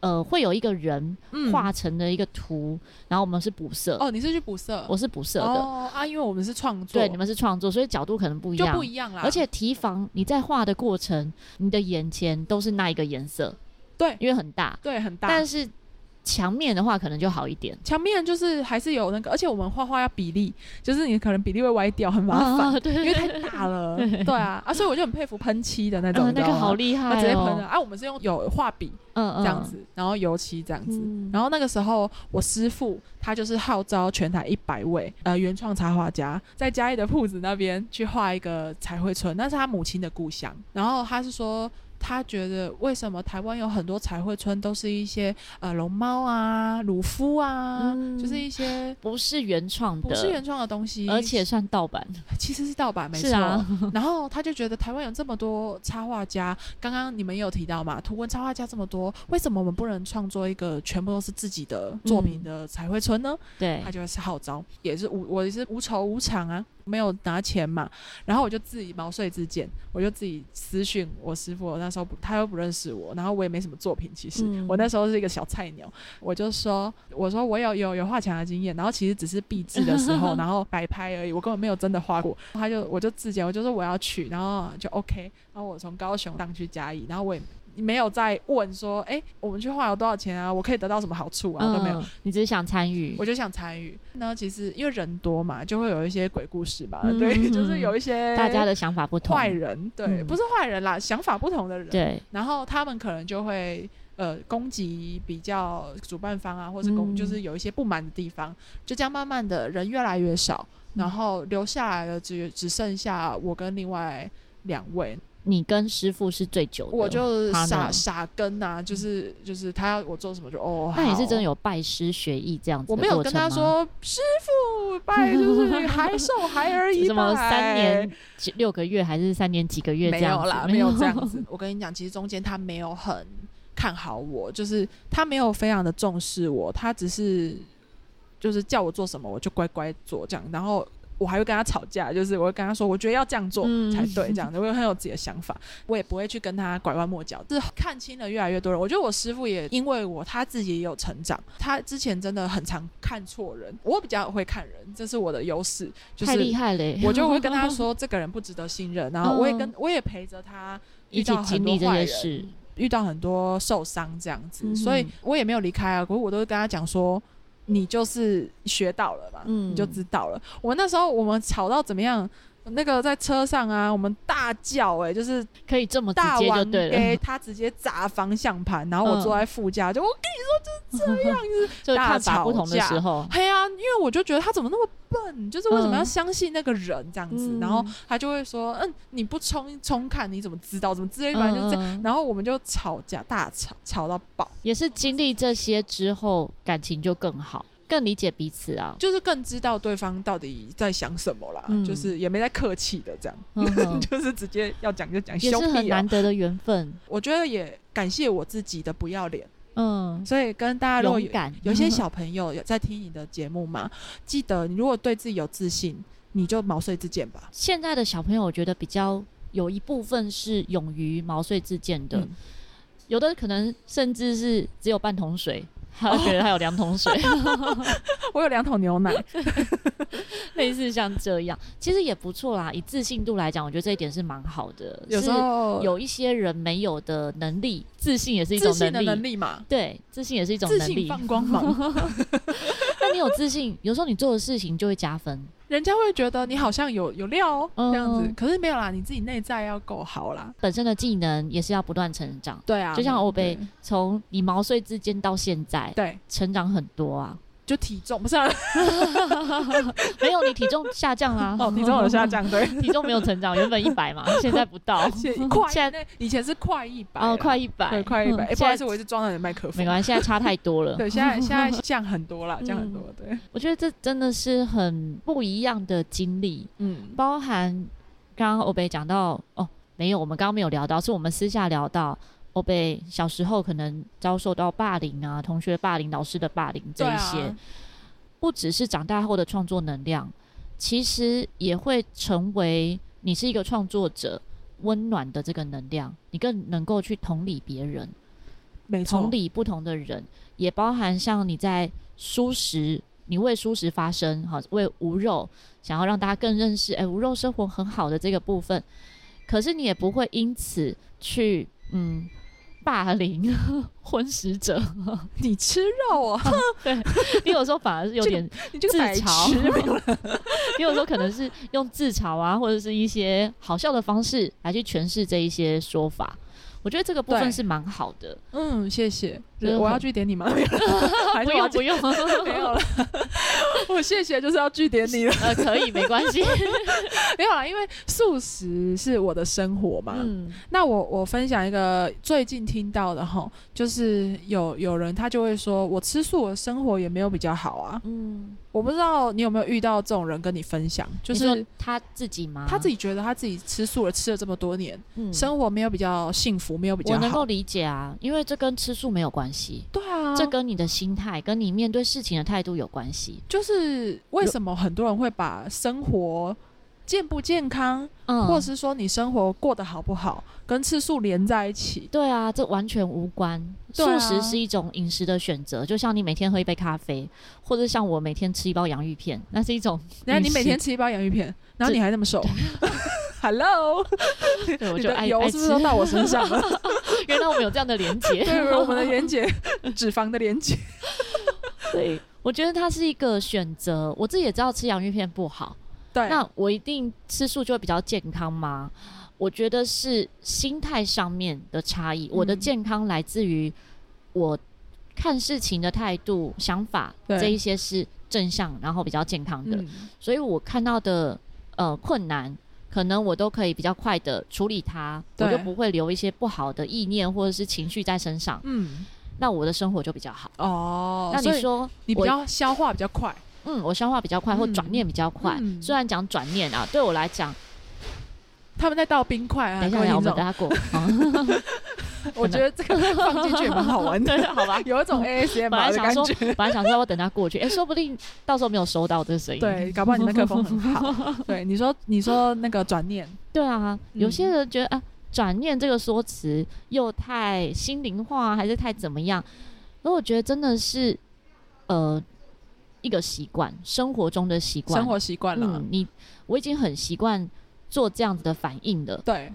[SPEAKER 1] 呃会有一个人
[SPEAKER 2] 嗯
[SPEAKER 1] 画成的一个图，然后我们是补色，
[SPEAKER 2] 哦，你是去补色，
[SPEAKER 1] 我是补色的，
[SPEAKER 2] 哦啊，因为我们是创作，
[SPEAKER 1] 对，你们是创作，所以角度可能不一
[SPEAKER 2] 就
[SPEAKER 1] 样
[SPEAKER 2] 不。一样啦，
[SPEAKER 1] 而且提防你在画的过程，你的眼前都是那一个颜色，
[SPEAKER 2] 对
[SPEAKER 1] 因为很大，
[SPEAKER 2] 对很大，
[SPEAKER 1] 但是墙面的话可能就好一点。
[SPEAKER 2] 墙面就是还是有那个，而且我们画画要比例，就是你可能比例会歪掉，很麻烦，
[SPEAKER 1] 啊对对
[SPEAKER 2] 因 为
[SPEAKER 1] 对，
[SPEAKER 2] 太大了。对啊，啊，所以我就很佩服喷漆的那
[SPEAKER 1] 嗯
[SPEAKER 2] 种，你知
[SPEAKER 1] 那
[SPEAKER 2] 道
[SPEAKER 1] 个
[SPEAKER 2] 吗
[SPEAKER 1] 好厉害
[SPEAKER 2] 他
[SPEAKER 1] 哦，
[SPEAKER 2] 直接喷了啊！我们是用有画笔
[SPEAKER 1] 嗯
[SPEAKER 2] 这样，子，然后油漆这样子。
[SPEAKER 1] 嗯
[SPEAKER 2] 然后那个时候，我师傅他就是号召全台一百位呃原创插画家，在嘉义的铺子那边去画一个彩绘村，那是他母亲的故乡。然后他是说，他觉得为什么台湾有很多彩绘村都是一些呃龙猫啊、鲁夫啊，
[SPEAKER 1] 嗯
[SPEAKER 2] 就是一些
[SPEAKER 1] 不是原创的，
[SPEAKER 2] 不是原创的东西，
[SPEAKER 1] 而且算盗版，
[SPEAKER 2] 其实是盗版，没
[SPEAKER 1] 是
[SPEAKER 2] 错。
[SPEAKER 1] 啊
[SPEAKER 2] 然后他就觉得台湾有这么多插画家，刚刚你们也有提到嘛，图文插画家这么多，为什么我们不能创作一个全部都是自己的作品的彩绘村呢？
[SPEAKER 1] 对
[SPEAKER 2] 他，就是号召，也是无我也是无酬无偿啊，没有拿钱嘛。然后我就自己毛遂自荐，我就自己私讯我师傅，我那时候不他又不认识我，然后我也没什么作品，其实、
[SPEAKER 1] 嗯
[SPEAKER 2] 我那时候是一个小菜鸟，我就说我说我有有有画墙的经验，然后其实只是壁纸的 时候，然后摆拍而已，我根本没有真的画过。他就我就自荐，我就说我要去，然后就 OK，然后我从高雄荡去嘉义，然后我也。没有再问说，哎、我们去画有多少钱啊？我可以得到什么好处啊？都没有，
[SPEAKER 1] 嗯，你只是想参与
[SPEAKER 2] 我，就想参与。那其实因为人多嘛，就会有一些鬼故事吧，
[SPEAKER 1] 嗯
[SPEAKER 2] 对，就是有一些
[SPEAKER 1] 大家的想法不同，
[SPEAKER 2] 坏人，对，
[SPEAKER 1] 嗯
[SPEAKER 2] 不是坏人啦，想法不同的人，
[SPEAKER 1] 对，
[SPEAKER 2] 然后他们可能就会。呃，攻击比较主办方啊，或是攻、
[SPEAKER 1] 嗯
[SPEAKER 2] 就是有一些不满的地方，就这样慢慢的人越来越少，
[SPEAKER 1] 嗯
[SPEAKER 2] 然后留下来的只只剩下我跟另外两位，
[SPEAKER 1] 你跟师傅是最久的，
[SPEAKER 2] 我就
[SPEAKER 1] 他
[SPEAKER 2] 傻
[SPEAKER 1] 呢
[SPEAKER 2] 傻跟啊，就是就是他要我做什么就哦，
[SPEAKER 1] 那你是
[SPEAKER 2] 好
[SPEAKER 1] 真的有拜师学艺这样子？
[SPEAKER 2] 哦我没有跟他。说师傅拜，就是 还受孩儿一拜，
[SPEAKER 1] 什么三年几六个月还是三年几个月这
[SPEAKER 2] 没
[SPEAKER 1] 样
[SPEAKER 2] 有
[SPEAKER 1] 子？
[SPEAKER 2] 啦，没有这样子。我跟你讲，其实中间他没有很看好我，就是他没有非常的重视我，他只是就是叫我做什么我就乖乖做这样，然后。我还会跟他吵架，就是我会跟他说，我觉得要这样做
[SPEAKER 1] 嗯
[SPEAKER 2] 才对，这样子，我有很有自己的想法，我也不会去跟他拐弯抹角。就是看清了越来越多人，我觉得我师傅也因为我他自己也有成长，他之前真的很常看错人，我比较会看人，这是我的优势，就是
[SPEAKER 1] 太厉害了 耶！
[SPEAKER 2] 我就会跟他说这个人不值得信任，然后我也跟
[SPEAKER 1] 嗯
[SPEAKER 2] 我也陪着他
[SPEAKER 1] 一
[SPEAKER 2] 遇
[SPEAKER 1] 起
[SPEAKER 2] 到很
[SPEAKER 1] 经
[SPEAKER 2] 多
[SPEAKER 1] 历这
[SPEAKER 2] 坏
[SPEAKER 1] 些
[SPEAKER 2] 人，
[SPEAKER 1] 事，
[SPEAKER 2] 遇到很多受伤这样子，
[SPEAKER 1] 嗯
[SPEAKER 2] 所以我也没有离开啊。可是我都会跟他讲说，你就是学到了嘛，
[SPEAKER 1] 嗯
[SPEAKER 2] 你就知道了。我那时候我们吵到怎么样？那个在车上啊，我们大叫哎、就是
[SPEAKER 1] 可以这么直
[SPEAKER 2] 大
[SPEAKER 1] 接就
[SPEAKER 2] 玩
[SPEAKER 1] 对
[SPEAKER 2] 给
[SPEAKER 1] 了，
[SPEAKER 2] 他直接砸方向盘，然后我
[SPEAKER 1] 嗯
[SPEAKER 2] 坐在副驾，就我
[SPEAKER 1] 就
[SPEAKER 2] 大
[SPEAKER 1] 看法
[SPEAKER 2] 吵
[SPEAKER 1] 不同的
[SPEAKER 2] 架
[SPEAKER 1] 时候，
[SPEAKER 2] 嘿啊，因为我就觉得他怎么那么笨，就是为什么要
[SPEAKER 1] 嗯
[SPEAKER 2] 相信那个人这样子？
[SPEAKER 1] 嗯
[SPEAKER 2] 然后他就会说，嗯，你不冲冲看你怎么知道？怎么之类，反正就是这样。
[SPEAKER 1] 嗯嗯嗯
[SPEAKER 2] 然后我们就吵架，大吵，吵到爆，
[SPEAKER 1] 也是经历这些之后，感情就更好，更理解彼此啊。
[SPEAKER 2] 就是更知道对方到底在想什么啦，
[SPEAKER 1] 嗯
[SPEAKER 2] 就是也没在客气的这样，
[SPEAKER 1] 嗯哼
[SPEAKER 2] 就是直接要讲就讲，
[SPEAKER 1] 也
[SPEAKER 2] 凶
[SPEAKER 1] 是很
[SPEAKER 2] 屁啊
[SPEAKER 1] 难！得的缘分，
[SPEAKER 2] 我觉得也感谢我自己的不要脸，
[SPEAKER 1] 嗯，
[SPEAKER 2] 所以跟大家如果
[SPEAKER 1] 勇
[SPEAKER 2] 有
[SPEAKER 1] 敢。嗯
[SPEAKER 2] 有些小朋友有在听你的节目嘛， 记得你如果对自己有自信，你就毛遂自荐吧。
[SPEAKER 1] 现在的小朋友，我觉得比较有一部分是勇于毛遂自荐的，
[SPEAKER 2] 嗯
[SPEAKER 1] 有的可能甚至是只有半桶水， 他觉得他有两桶水，
[SPEAKER 2] 哦我有两桶牛奶，
[SPEAKER 1] 类似像这样，其实也不错啦。以自信度来讲，我觉得这一点是蛮好的。
[SPEAKER 2] 有时
[SPEAKER 1] 是
[SPEAKER 2] 候
[SPEAKER 1] 有一些人没有的能力，自信也是一种
[SPEAKER 2] 自信的
[SPEAKER 1] 力。
[SPEAKER 2] 能力嘛，
[SPEAKER 1] 对，自信也是一种
[SPEAKER 2] 自
[SPEAKER 1] 能
[SPEAKER 2] 信
[SPEAKER 1] 力。
[SPEAKER 2] 放光 芒，
[SPEAKER 1] 那你有自信，有时候你做的事情就会加分。
[SPEAKER 2] 人家会觉得你好像有有料哦、
[SPEAKER 1] 嗯
[SPEAKER 2] 这样子，可是没有啦，你自己内在要够好啦。
[SPEAKER 1] 本身的技能也是要不断成长，
[SPEAKER 2] 对啊
[SPEAKER 1] 就像欧贝
[SPEAKER 2] 对
[SPEAKER 1] 从你毛遂自荐到现在，
[SPEAKER 2] 对，
[SPEAKER 1] 成长很多啊。
[SPEAKER 2] 就体重不是、啊、
[SPEAKER 1] 没有，你体重下降啦、
[SPEAKER 2] 哦，体重有下，降，对，
[SPEAKER 1] 体重没有成长，原本一百嘛，现在不到，
[SPEAKER 2] 现 快
[SPEAKER 1] 现
[SPEAKER 2] 那以前是快一百啦
[SPEAKER 1] 哦，快一百，
[SPEAKER 2] 对快一百，
[SPEAKER 1] 嗯
[SPEAKER 2] 哎、不好意思，
[SPEAKER 1] 现在
[SPEAKER 2] 我一直装到你的麦克风，
[SPEAKER 1] 没关系，现在差太多了。
[SPEAKER 2] 对，现在现在降很多啦，
[SPEAKER 1] 嗯
[SPEAKER 2] 降很多，对，
[SPEAKER 1] 我觉得这真的是很不一样的经历，
[SPEAKER 2] 嗯，
[SPEAKER 1] 包含刚刚欧北讲到哦，没有，我们刚刚没有聊到，是我们私下聊到欧北小时候可能遭受到霸凌啊，同学霸凌、老师的霸凌这
[SPEAKER 2] 对
[SPEAKER 1] 一
[SPEAKER 2] 啊
[SPEAKER 1] 些，不只是长大后的创作能量，其实也会成为你是一个创作者温暖的这个能量，你更能够去同理别人。
[SPEAKER 2] 没错
[SPEAKER 1] 同，理不同的人，也包含像你在蔬食，你为蔬食发声，好为无肉，想要让大家更认识，哎、无肉生活很好的这个部分，可是你也不会因此去嗯霸凌 荤食者，
[SPEAKER 2] 你吃肉 啊，
[SPEAKER 1] 你有时候反而是有
[SPEAKER 2] 这个
[SPEAKER 1] 点，
[SPEAKER 2] 你这个
[SPEAKER 1] 自
[SPEAKER 2] 白痴，
[SPEAKER 1] 嘲
[SPEAKER 2] 没有啦
[SPEAKER 1] 你有时候可能是用自嘲啊，或者是一些好笑的方式来去诠释这一些说法。我觉得这个部
[SPEAKER 2] 对
[SPEAKER 1] 分是蛮好的，
[SPEAKER 2] 嗯，谢谢。
[SPEAKER 1] 真的很
[SPEAKER 2] 我要据点你吗？没有 啦还是
[SPEAKER 1] 不
[SPEAKER 2] 我要
[SPEAKER 1] 用不用，
[SPEAKER 2] 没有了。我谢谢就是要据点你了。
[SPEAKER 1] 呃，可以没关系，
[SPEAKER 2] 没有啦，因为素食是我的生活嘛。
[SPEAKER 1] 嗯，
[SPEAKER 2] 那我我分享一个最近听到的吼，就是有有人他就会说，我吃素，我的生活也没有比较好啊。
[SPEAKER 1] 嗯，
[SPEAKER 2] 我不知道你有没有遇到这种人跟你啊分享，就
[SPEAKER 1] 你说
[SPEAKER 2] 是
[SPEAKER 1] 他自己吗？
[SPEAKER 2] 他自己觉得他自己吃素了，吃了这么多年，
[SPEAKER 1] 嗯
[SPEAKER 2] 生活没有比较幸福，没有比
[SPEAKER 1] 我
[SPEAKER 2] 较
[SPEAKER 1] 能
[SPEAKER 2] 好
[SPEAKER 1] 够。理解啊，因为这跟吃素没有关系，
[SPEAKER 2] 对啊，
[SPEAKER 1] 这跟你的心态、跟你面对事情的态度有关系。
[SPEAKER 2] 就是为什么很多人会把生活健不健康，
[SPEAKER 1] 嗯，
[SPEAKER 2] 或者是说你生活过得好不好，跟吃素连在一起。
[SPEAKER 1] 对啊，这完全无关。
[SPEAKER 2] 对啊
[SPEAKER 1] 素食是一种饮食的选择，就像你每天喝一杯咖啡，或者像我每天吃一包洋芋片，那是一 种饮食。
[SPEAKER 2] 然后你每天吃一包洋芋片，然后你还那么瘦 ，Hello，
[SPEAKER 1] 对我
[SPEAKER 2] 你
[SPEAKER 1] 就
[SPEAKER 2] 的
[SPEAKER 1] 爱
[SPEAKER 2] 油
[SPEAKER 1] 爱
[SPEAKER 2] 是不
[SPEAKER 1] 吃
[SPEAKER 2] 是，都到我身上了？
[SPEAKER 1] 原来我们有这样的连接。
[SPEAKER 2] 对，我们的连接，脂肪的连接。
[SPEAKER 1] 对，我觉得它是一个选择。我自己也知道吃洋芋片不好，
[SPEAKER 2] 对，
[SPEAKER 1] 那我一定吃素就会比较健康吗？我觉得是心态上面的差异。我的
[SPEAKER 2] 嗯
[SPEAKER 1] 健康来自于我看事情的态度、想法，
[SPEAKER 2] 对
[SPEAKER 1] 这一些是正向，然后比较健康的。
[SPEAKER 2] 嗯
[SPEAKER 1] 所以我看到的呃困难，可能我都可以比较快的处理它，我
[SPEAKER 2] 对
[SPEAKER 1] 就不会留一些不好的意念或者是情绪在身上。
[SPEAKER 2] 嗯，
[SPEAKER 1] 那我的生活就比较好。
[SPEAKER 2] 哦，
[SPEAKER 1] 那
[SPEAKER 2] 所
[SPEAKER 1] 你
[SPEAKER 2] 以
[SPEAKER 1] 说
[SPEAKER 2] 你比
[SPEAKER 1] 我
[SPEAKER 2] 较消化比较快，
[SPEAKER 1] 嗯，我消化比较快，或
[SPEAKER 2] 嗯
[SPEAKER 1] 转念比较快。
[SPEAKER 2] 嗯
[SPEAKER 1] 虽然讲转念啊，对我来讲，
[SPEAKER 2] 他们在倒冰块啊，
[SPEAKER 1] 等一下
[SPEAKER 2] 各位
[SPEAKER 1] 来我
[SPEAKER 2] 听
[SPEAKER 1] 们等，
[SPEAKER 2] 众
[SPEAKER 1] 下过。
[SPEAKER 2] 我觉得这个放进去也蛮好玩的，好吧？ 有一种 ASMR
[SPEAKER 1] 本来
[SPEAKER 2] 的
[SPEAKER 1] 想
[SPEAKER 2] 感
[SPEAKER 1] 说
[SPEAKER 2] 觉。
[SPEAKER 1] 本来想说要等他过去，哎、说不定到时候没有收到这个声音。
[SPEAKER 2] 对，搞不好你麦克风很好。对，你说你说那个转 念，
[SPEAKER 1] 对啊，
[SPEAKER 2] 嗯
[SPEAKER 1] 有些人觉得啊，转念这个说辞又太心灵化，还是太怎么样？而我觉得真的是，呃，一个习惯，生活中的习惯。
[SPEAKER 2] 生活习惯了
[SPEAKER 1] 嗯，，你我已经很习惯做这样子的反应了，
[SPEAKER 2] 对，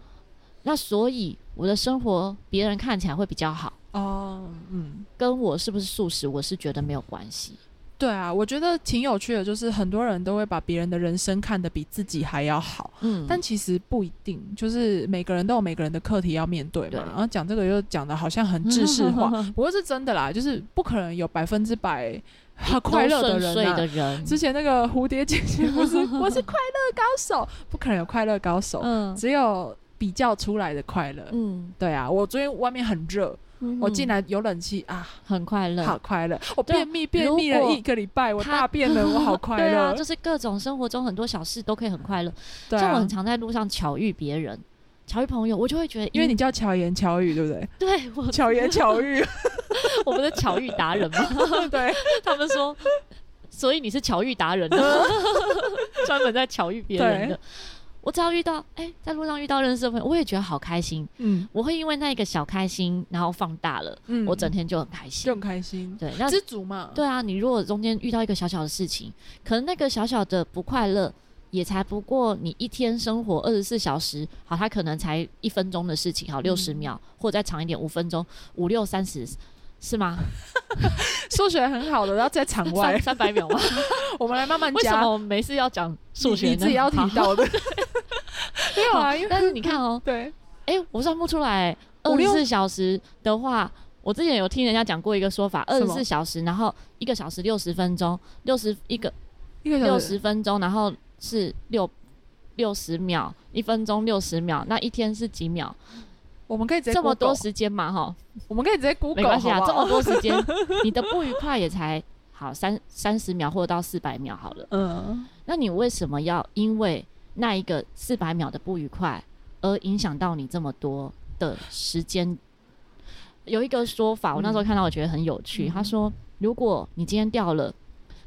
[SPEAKER 1] 那所以我的生活别人看起来会比较好，
[SPEAKER 2] 哦，嗯，
[SPEAKER 1] 跟我是不是素食，我是觉得没有关系。
[SPEAKER 2] 对啊，我觉得挺有趣的，就是很多人都会把别人的人生看得比自己还要好，
[SPEAKER 1] 嗯，
[SPEAKER 2] 但其实不一定，就是每个人都有每个人的课题要面对
[SPEAKER 1] 对
[SPEAKER 2] 嘛。然后讲这个又讲的好像
[SPEAKER 1] 嗯
[SPEAKER 2] 很知识 化，不过是真的啦，就是不可能有百分之百很快乐的
[SPEAKER 1] 都顺
[SPEAKER 2] 人
[SPEAKER 1] 遂
[SPEAKER 2] 啊。
[SPEAKER 1] 的人，
[SPEAKER 2] 之前那个蝴蝶姐姐不是我是快乐高手，不可能有快乐高手，
[SPEAKER 1] 嗯
[SPEAKER 2] 只有比较出来的快乐。
[SPEAKER 1] 嗯，
[SPEAKER 2] 对啊，我昨天外面很热，我进来有冷气啊，
[SPEAKER 1] 很快乐，
[SPEAKER 2] 好快乐。我
[SPEAKER 1] 对啊
[SPEAKER 2] 便秘便秘
[SPEAKER 1] 如
[SPEAKER 2] 了
[SPEAKER 1] 果
[SPEAKER 2] 一个礼拜，我
[SPEAKER 1] 他
[SPEAKER 2] 大便了，我好 快
[SPEAKER 1] 对
[SPEAKER 2] 乐。
[SPEAKER 1] 啊，就是各种生活中很多小事都可以很快乐。
[SPEAKER 2] 对啊
[SPEAKER 1] 像我很常在路上巧遇别人，巧遇朋友，我就会觉得，嗯
[SPEAKER 2] 因为你叫巧言巧语，对不对？
[SPEAKER 1] 对我
[SPEAKER 2] 巧言巧语，
[SPEAKER 1] 我们的巧遇达人嘛，
[SPEAKER 2] 对，
[SPEAKER 1] 他们说，所以你是巧遇 达人的， 专门在巧遇别人的。我只要遇到哎、在路上遇到认识的朋友，我也觉得好开心。
[SPEAKER 2] 嗯
[SPEAKER 1] 我会因为那一个小开心，然后放大了，
[SPEAKER 2] 嗯
[SPEAKER 1] 我整天就很开
[SPEAKER 2] 就
[SPEAKER 1] 心
[SPEAKER 2] 很。开心，
[SPEAKER 1] 对，那
[SPEAKER 2] 知足嘛。
[SPEAKER 1] 对啊，你如果中间遇到一个小小的事情，可能那个小小的不快乐，也才不过你一天生活二十四小时，好，它可能才一分钟的事情，好，六十
[SPEAKER 2] 嗯
[SPEAKER 1] 秒，或者再长一点，五分钟，五六三十，是吗？
[SPEAKER 2] 数学很好的，然后在场外
[SPEAKER 1] 三，三百秒吗？
[SPEAKER 2] 我们来慢慢
[SPEAKER 1] 为什
[SPEAKER 2] 加
[SPEAKER 1] 么。我们每次要讲数
[SPEAKER 2] 你
[SPEAKER 1] 学呢？
[SPEAKER 2] 你自己要提
[SPEAKER 1] 好
[SPEAKER 2] 到的， 没有
[SPEAKER 1] 好
[SPEAKER 2] 啊，因为
[SPEAKER 1] 但是你看哦，
[SPEAKER 2] 对，
[SPEAKER 1] 哎、我算不出来，
[SPEAKER 2] 五
[SPEAKER 1] 二十
[SPEAKER 2] 六
[SPEAKER 1] 四小时的话，我之前有听人家讲过一个说法，二
[SPEAKER 2] 什
[SPEAKER 1] 十
[SPEAKER 2] 么
[SPEAKER 1] 四小时，然后一个小时六十分钟，六十一个
[SPEAKER 2] 一个
[SPEAKER 1] 六
[SPEAKER 2] 小时
[SPEAKER 1] 十分钟，然后是六六十秒，一分钟六十秒，那一天是几秒？
[SPEAKER 2] 我们可以直接
[SPEAKER 1] 这么
[SPEAKER 2] Google
[SPEAKER 1] 多时间嘛，哈，
[SPEAKER 2] 我们可以直接
[SPEAKER 1] 没
[SPEAKER 2] Google
[SPEAKER 1] 关系啊，
[SPEAKER 2] 好不
[SPEAKER 1] 这
[SPEAKER 2] 好
[SPEAKER 1] 么多时 间，你的不愉快也才好三三十秒或者到四百秒好了。
[SPEAKER 2] 嗯，
[SPEAKER 1] 那你为什么要因为那一个四百秒的不愉快而影响到你这么多的时间？有一个说法，我那时候看到我觉得很有趣，
[SPEAKER 2] 嗯
[SPEAKER 1] 他说，如果你今天掉了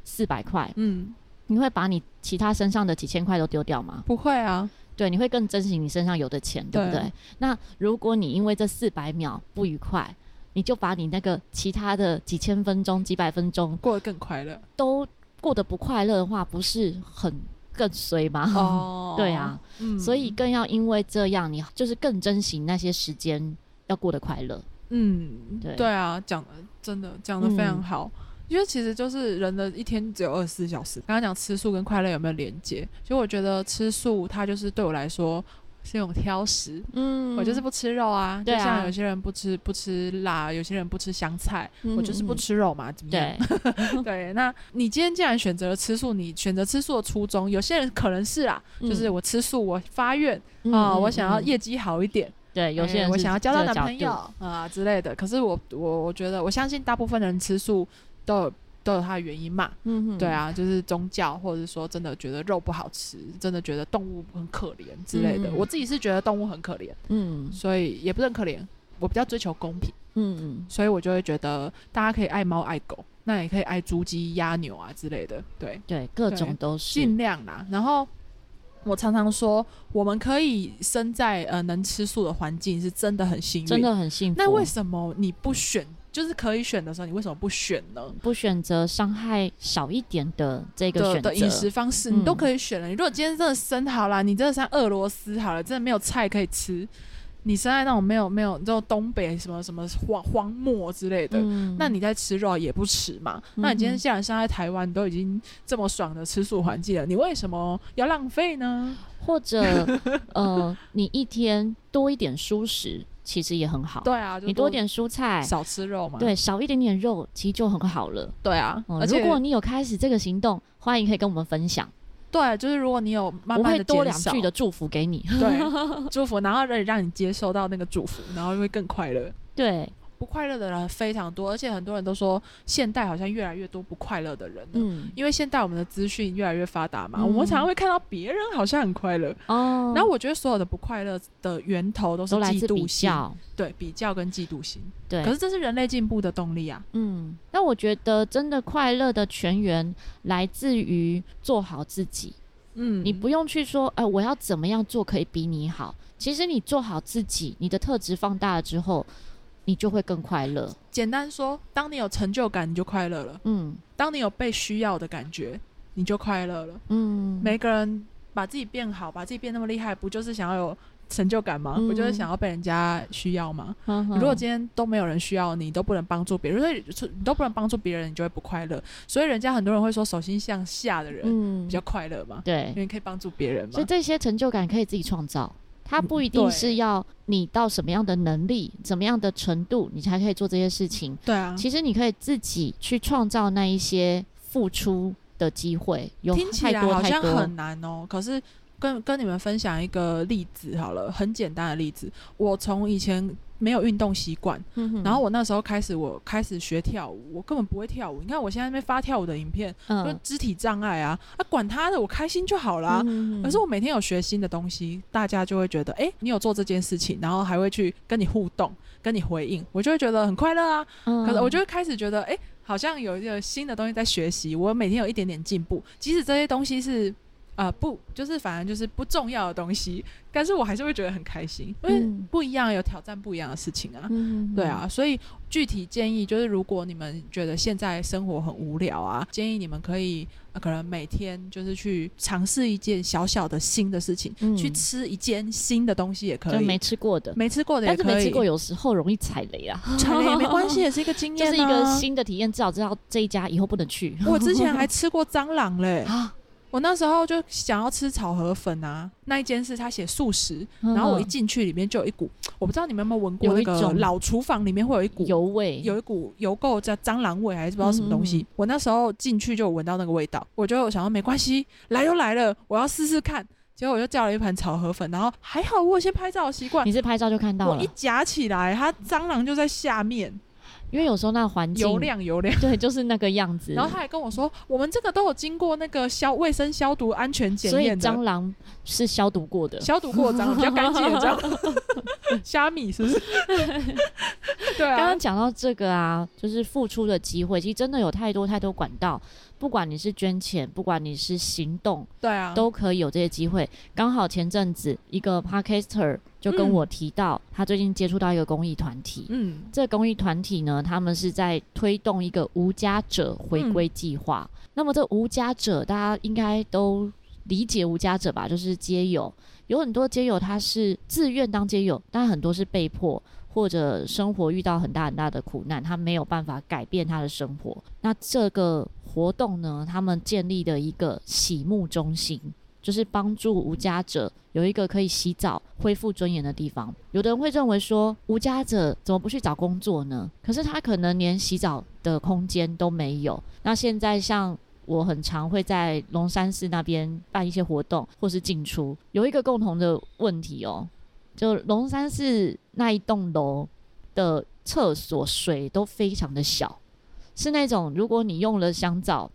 [SPEAKER 1] 四百块，
[SPEAKER 2] 嗯，
[SPEAKER 1] 你会把你其他身上的几千块都丢掉吗？
[SPEAKER 2] 不会啊，
[SPEAKER 1] 对，你会更珍惜你身上有的钱，对不
[SPEAKER 2] 对
[SPEAKER 1] 对？那如果你因为这四百秒不愉快，你就把你那个其他的几千分钟、几百分钟
[SPEAKER 2] 过得更快乐
[SPEAKER 1] 都过得不快乐的话，不是很更衰吗？
[SPEAKER 2] 哦
[SPEAKER 1] 嗯 对啊，
[SPEAKER 2] 嗯
[SPEAKER 1] 所以更要因为这样，你就是更珍惜那些时间要过得快乐。
[SPEAKER 2] 嗯，
[SPEAKER 1] 对嗯
[SPEAKER 2] 对啊，讲得真的讲的非常好。因为其实就是人的一天只有二十四小时。刚刚讲吃素跟快乐有没有连接？其实我觉得吃素它就是对我来说是一种挑食，
[SPEAKER 1] 嗯
[SPEAKER 2] 我就是不吃肉啊。
[SPEAKER 1] 对啊
[SPEAKER 2] 就像有些人不吃不吃辣，有些人不吃香菜，我就是不
[SPEAKER 1] 嗯。
[SPEAKER 2] 吃肉嘛，怎么样？
[SPEAKER 1] 对，
[SPEAKER 2] 对，那你今天既然选择了吃素，你选择吃素的初衷，有些人可能是啊，就是
[SPEAKER 1] 嗯
[SPEAKER 2] 我吃素，我发愿
[SPEAKER 1] 嗯
[SPEAKER 2] 啊、
[SPEAKER 1] 嗯
[SPEAKER 2] 我想要
[SPEAKER 1] 嗯
[SPEAKER 2] 业绩好一点，
[SPEAKER 1] 对，有些
[SPEAKER 2] 哎
[SPEAKER 1] 人
[SPEAKER 2] 我
[SPEAKER 1] 是
[SPEAKER 2] 想要交到
[SPEAKER 1] 这个
[SPEAKER 2] 男
[SPEAKER 1] 角
[SPEAKER 2] 朋
[SPEAKER 1] 度
[SPEAKER 2] 友啊、之类的。可是我我我觉得，我相信大部分人吃素都有都有他的原因嘛。
[SPEAKER 1] 嗯哼
[SPEAKER 2] 对，啊，就是宗教，或者是说真的觉得肉不好吃，真的觉得动物很可怜之类的。
[SPEAKER 1] 嗯
[SPEAKER 2] 我自己是觉得动物很可怜，
[SPEAKER 1] 嗯
[SPEAKER 2] 所以也不是很可怜，我比较追求公平，
[SPEAKER 1] 嗯
[SPEAKER 2] 所以我就会觉得大家可以爱猫爱狗，那也可以爱猪鸡鸭牛啊之类的。对，
[SPEAKER 1] 对，各种
[SPEAKER 2] 对
[SPEAKER 1] 都是，
[SPEAKER 2] 尽量啦。然后我常常说，我们可以生在呃能吃素的环境，是真的很幸运。
[SPEAKER 1] 真的很幸福。
[SPEAKER 2] 那为什么你不选？就是可以选的时候，你为什么不选呢？
[SPEAKER 1] 不选择伤害少一点的这个
[SPEAKER 2] 的
[SPEAKER 1] 选择
[SPEAKER 2] 的饮食方式，
[SPEAKER 1] 嗯
[SPEAKER 2] 你都可以选了。你如果今天真的生好了，你真的生俄罗斯好了，真的没有菜可以吃，你生在那种没有没有这种东北什么什么荒荒漠之类的，
[SPEAKER 1] 嗯
[SPEAKER 2] 那你在吃肉也不吃嘛？
[SPEAKER 1] 嗯
[SPEAKER 2] 那你今天
[SPEAKER 1] 哼
[SPEAKER 2] 既然生在台湾，你都已经这么爽的吃素环境了，你为什么要浪费呢？
[SPEAKER 1] 或 者呃，你一天多一点蔬食，其实也很好。
[SPEAKER 2] 对啊，就
[SPEAKER 1] 哦你多点蔬菜，
[SPEAKER 2] 少吃肉嘛。
[SPEAKER 1] 对，少一点点肉，其实就很好了。
[SPEAKER 2] 对啊，
[SPEAKER 1] 嗯，
[SPEAKER 2] 而且
[SPEAKER 1] 如果你有开始这个行动，欢迎可以跟我们分享，
[SPEAKER 2] 对，啊就是如果你有慢
[SPEAKER 1] 我
[SPEAKER 2] 慢
[SPEAKER 1] 会
[SPEAKER 2] 的
[SPEAKER 1] 多两句的祝福给你。
[SPEAKER 2] 对祝福，然后让让你接收到那个祝福，然后就会更快乐。
[SPEAKER 1] 对，
[SPEAKER 2] 不快乐的人非常多，而且很多人都说现代好像越来越多不快乐的人了。
[SPEAKER 1] 嗯，
[SPEAKER 2] 因为现代我们的资讯越来越发达嘛，
[SPEAKER 1] 嗯
[SPEAKER 2] 我们常常会看到别人好像很快乐，
[SPEAKER 1] 哦，
[SPEAKER 2] 然后我觉得所有的不快乐的源嗯头都是
[SPEAKER 1] 都来
[SPEAKER 2] 嫉
[SPEAKER 1] 自比
[SPEAKER 2] 妒心，
[SPEAKER 1] 较，
[SPEAKER 2] 对比较跟嫉妒心。
[SPEAKER 1] 对，
[SPEAKER 2] 可是这是人类进步的动力啊！
[SPEAKER 1] 嗯，但我觉得真的快乐的泉源来自于做好自己。
[SPEAKER 2] 嗯，
[SPEAKER 1] 你不用去说，哎、我要怎么样做可以比你好。其实你做好自己，你的特质放大了之后，你就会更快乐。
[SPEAKER 2] 简单说，当你有成就感，你就快乐了；
[SPEAKER 1] 嗯
[SPEAKER 2] 当你有被需要的感觉，你就快乐了。
[SPEAKER 1] 嗯，
[SPEAKER 2] 每个人把自己变好，把自己变那么厉害，不就是想要有成就感吗？
[SPEAKER 1] 嗯
[SPEAKER 2] 不就是想要被人家需要吗？
[SPEAKER 1] 呵呵
[SPEAKER 2] 如果今天都没有人需要你，都不能帮助别人，所以你都不能帮助别人，你就会不快乐。所以人家很多人会说，手心向下的人
[SPEAKER 1] 嗯
[SPEAKER 2] 比较嗯快乐嘛，
[SPEAKER 1] 对
[SPEAKER 2] 因，为你可以帮助别人
[SPEAKER 1] 所以
[SPEAKER 2] 嘛。
[SPEAKER 1] 这些成就感可以自己创造，它不一定
[SPEAKER 2] 对
[SPEAKER 1] 是要你到什么样的能力、怎么样的程度，你才可以做这些事情。
[SPEAKER 2] 对啊，
[SPEAKER 1] 其实你可以自己去创造那一些付出的机会，有
[SPEAKER 2] 听起
[SPEAKER 1] 太
[SPEAKER 2] 来
[SPEAKER 1] 多
[SPEAKER 2] 好
[SPEAKER 1] 太
[SPEAKER 2] 像
[SPEAKER 1] 多
[SPEAKER 2] 很难哦，可是。跟跟你们分享一个例子好了，很简单的例子。我从以前没有运动习惯，
[SPEAKER 1] 嗯哼
[SPEAKER 2] 然后我那时候开始，我开始学跳舞，我根本不会跳舞。你看我现在在那边发跳舞的影片，就
[SPEAKER 1] 嗯，
[SPEAKER 2] 肢体障碍啊，啊，管他的，我开心就好啦。
[SPEAKER 1] 嗯
[SPEAKER 2] 可是我每天有学新的东西，大家就会觉得，哎、你有做这件事情，然后还会去跟你互动，跟你回应，我就会觉得很快乐啊。
[SPEAKER 1] 嗯
[SPEAKER 2] 可是我就会开始觉得，哎、好像有一个新的东西在学习，我每天有一点点进步，即使这些东西是。啊不，就是反正就是不重要的东西，但是我还是会觉得很开心，因为
[SPEAKER 1] 嗯
[SPEAKER 2] 不一样，有挑战不一样的事情啊。
[SPEAKER 1] 嗯
[SPEAKER 2] 对，啊，所以具体建议就是，如果你们觉得现在生活很无聊啊，建议你们可以、呃可能每天就是去尝试一件小小的新的事情，
[SPEAKER 1] 嗯
[SPEAKER 2] 去吃一件新的东西也可
[SPEAKER 1] 就
[SPEAKER 2] 以，
[SPEAKER 1] 没吃过的，
[SPEAKER 2] 没吃过的也
[SPEAKER 1] 但
[SPEAKER 2] 可
[SPEAKER 1] 是
[SPEAKER 2] 以，
[SPEAKER 1] 没吃过有时候容易踩雷啊，
[SPEAKER 2] 踩雷 也没关系，也是一个经
[SPEAKER 1] 就
[SPEAKER 2] 验、啊，
[SPEAKER 1] 是一个。新的体验，至少知道这一家以后不能去，
[SPEAKER 2] 我之前还吃过蟑螂嘞
[SPEAKER 1] 啊。
[SPEAKER 2] 我那时候就想要吃炒河粉啊，那一间是他写素食，然后我一
[SPEAKER 1] 嗯
[SPEAKER 2] 进去里面就有一股，我不知道你们有没有闻过
[SPEAKER 1] 有
[SPEAKER 2] 那
[SPEAKER 1] 一
[SPEAKER 2] 个
[SPEAKER 1] 种
[SPEAKER 2] 老厨房里面会有一股
[SPEAKER 1] 油味
[SPEAKER 2] 有一股油垢叫蟑螂味还是不知道什么东西。
[SPEAKER 1] 嗯嗯
[SPEAKER 2] 我那时候进去就有闻到那个味道，我就想说没关系，来都来了，我要试试看。结果我就叫了一盘炒河粉，然后还好我有先拍照的习惯
[SPEAKER 1] 嗯你，是拍照就看到
[SPEAKER 2] 我
[SPEAKER 1] 了
[SPEAKER 2] 一，夹起来，它蟑螂就在下面，
[SPEAKER 1] 因为有时候那个环境
[SPEAKER 2] 油亮油亮。
[SPEAKER 1] 对就是那个样子，
[SPEAKER 2] 然后他还跟我说，我们这个都有经过那个消卫生消毒安全检
[SPEAKER 1] 所以
[SPEAKER 2] 验的，
[SPEAKER 1] 蟑螂是消毒过的，
[SPEAKER 2] 消毒过的蟑螂比较干净的蟑螂， 虾米是不是？对
[SPEAKER 1] 刚
[SPEAKER 2] 啊
[SPEAKER 1] 刚，讲到这个啊，就是付出的机会，其实真的有太多太多管道，不管你是捐钱，不管你是行动，
[SPEAKER 2] 对啊，
[SPEAKER 1] 都可以有这些机会。刚好前阵子一个 podcaster 就跟我提到，他最近接触到一个公益团体。
[SPEAKER 2] 嗯
[SPEAKER 1] 这个公益团体呢，他们是在推动一个无家者回归计划。那么这无家者，大家应该都理解无家者吧？就是街友，有很多街友他是自愿当街友，但很多是被迫。或者生活遇到很大很大的苦难，他没有办法改变他的生活。那这个活动呢，他们建立的一个洗沐中心，就是帮助无家者有一个可以洗澡、恢复尊严的地方。有的人会认为说，无家者怎么不去找工作呢？可是他可能连洗澡的空间都没有。那现在像。我很常会在龙山寺那边办一些活动，或是进出。有一个共同的问题哦，就龙山寺那一栋楼的厕所水都非常的小，是那种如果你用了香皂，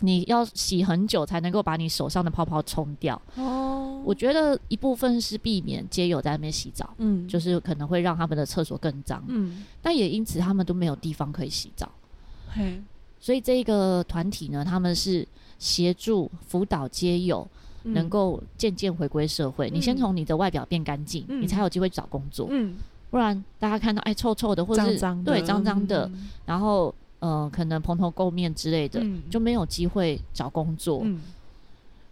[SPEAKER 1] 你要洗很久才能够把你手上的泡泡冲掉。
[SPEAKER 2] 哦
[SPEAKER 1] 我觉得一部分是避免街友在那边洗澡，
[SPEAKER 2] 嗯
[SPEAKER 1] 就是可能会让他们的厕所更脏，
[SPEAKER 2] 嗯
[SPEAKER 1] 但也因此他们都没有地方可以洗澡。
[SPEAKER 2] 嘿
[SPEAKER 1] 所以这个团体呢，他们是协助辅导街友能够渐渐回归社会。你先
[SPEAKER 2] 嗯
[SPEAKER 1] 从你的外表变干净，
[SPEAKER 2] 嗯
[SPEAKER 1] 你才有机会找工作。
[SPEAKER 2] 嗯
[SPEAKER 1] 不然大家看到哎臭臭的，或者
[SPEAKER 2] 脏
[SPEAKER 1] 是
[SPEAKER 2] 脏的
[SPEAKER 1] 对脏脏的，
[SPEAKER 2] 嗯
[SPEAKER 1] 然后呃可能蓬头垢面之类的，
[SPEAKER 2] 嗯
[SPEAKER 1] 就没有机会找工作。
[SPEAKER 2] 嗯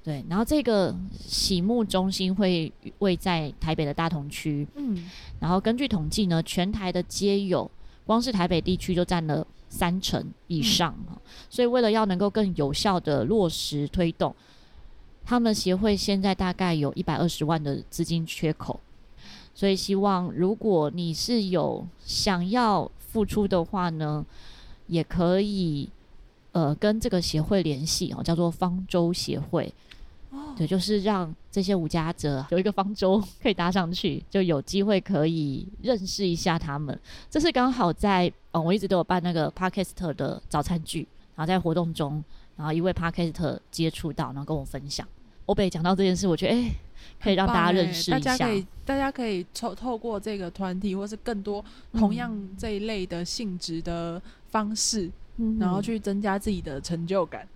[SPEAKER 1] 对，然后这个洗沐中心会位在台北的大同区，
[SPEAKER 2] 嗯
[SPEAKER 1] 然后根据统计呢，全台的街友光是台北地区就占了三成以上、哦所以为了要能够更有效的落实推动，他们协会现在大概有一百二十万的资金缺口，所以希望如果你是有想要付出的话呢，也可以。呃，跟这个协会联系哦，叫做方舟协会，
[SPEAKER 2] 哦
[SPEAKER 1] 对，就是让这些无家者有一个方舟 可以搭上去，就有机会可以认识一下他们。这是刚好在哦，我一直都有办那个 Podcast 的早餐剧，然后在活动中，然后一位 Podcast 接触到，然后跟我分享。欧北讲到这件事，我觉得哎、可以让大家认识
[SPEAKER 2] 欸大
[SPEAKER 1] 一
[SPEAKER 2] 家
[SPEAKER 1] 下
[SPEAKER 2] 可。以大家可以透透过这个团体，或是更多
[SPEAKER 1] 嗯
[SPEAKER 2] 同样这一类的性质的方式，
[SPEAKER 1] 嗯
[SPEAKER 2] 然后去增加自己的成就感。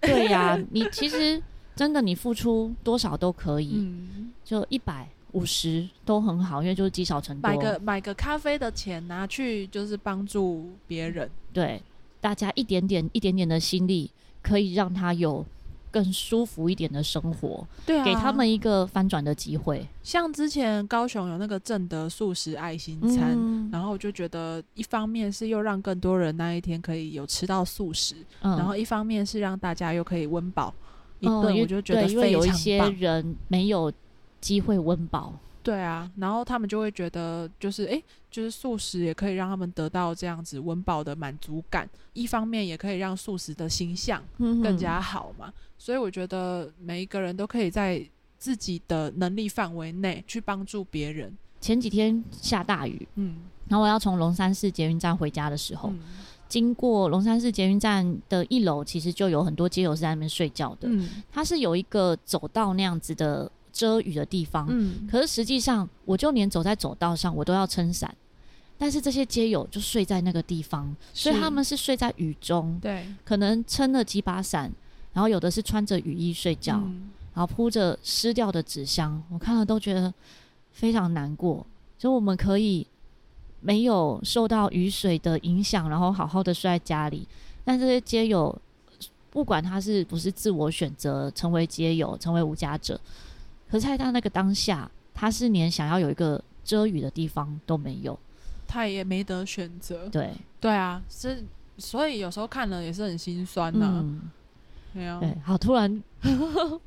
[SPEAKER 1] 对呀、你其实真的你付出多少都可以，
[SPEAKER 2] 嗯，
[SPEAKER 1] 就一百五十都很好，因为就是积少成多。
[SPEAKER 2] 买个买个咖啡的钱拿去就是帮助
[SPEAKER 1] 嗯
[SPEAKER 2] 别人。
[SPEAKER 1] 对，大家一点点、一点点的心力，可以让他有更舒服一点的生活，
[SPEAKER 2] 对啊，
[SPEAKER 1] 给他们一个翻转的机会。
[SPEAKER 2] 像之前高雄有那个正德素食爱心餐，
[SPEAKER 1] 嗯，
[SPEAKER 2] 然后我就觉得一方面是又让更多人那一天可以有吃到素食，
[SPEAKER 1] 嗯
[SPEAKER 2] 然后一方面是让大家又可以温饱一
[SPEAKER 1] 嗯
[SPEAKER 2] 顿，
[SPEAKER 1] 因为
[SPEAKER 2] 我就觉得
[SPEAKER 1] 对因为
[SPEAKER 2] 非
[SPEAKER 1] 有一
[SPEAKER 2] 常
[SPEAKER 1] 些
[SPEAKER 2] 棒。
[SPEAKER 1] 人没有机会温饱，
[SPEAKER 2] 对啊，然后他们就会觉得，就是诶，就是素食也可以让他们得到这样子温饱的满足感，一方面也可以让素食的形象更
[SPEAKER 1] 更
[SPEAKER 2] 加好嘛。所以我觉得每一个人都可以在自己的能力范围内去帮助别人。
[SPEAKER 1] 前几天下大雨，
[SPEAKER 2] 嗯，
[SPEAKER 1] 然后我要从龙山寺捷运站回家的时候，
[SPEAKER 2] 嗯
[SPEAKER 1] 经过龙山寺捷运站的一楼，其实就有很多街友是在那边睡觉的。
[SPEAKER 2] 嗯
[SPEAKER 1] 它是有一个走道那样子的遮雨的地方，
[SPEAKER 2] 嗯，
[SPEAKER 1] 可是实际上，我就连走在走道上，我都要撑伞。但是这些街友就睡在那个地方，所以
[SPEAKER 2] 是
[SPEAKER 1] 他们是睡在雨中，
[SPEAKER 2] 对
[SPEAKER 1] 可能撑了几把伞，然后有的是穿着雨衣睡觉，
[SPEAKER 2] 嗯
[SPEAKER 1] 然后铺着湿掉的纸箱，我看了都觉得非常难过。所以我们可以没有受到雨水的影响，然后好好的睡在家里。但这些街友，不管他是不是自我选择成为街友，成为无家者，可是在他那个当下，他是连想要有一个遮雨的地方都没有。
[SPEAKER 2] 他也没得选择。
[SPEAKER 1] 对，
[SPEAKER 2] 对啊，是，所以有时候看了也是很心酸呐、
[SPEAKER 1] 嗯，
[SPEAKER 2] 对啊，
[SPEAKER 1] 对，好，突然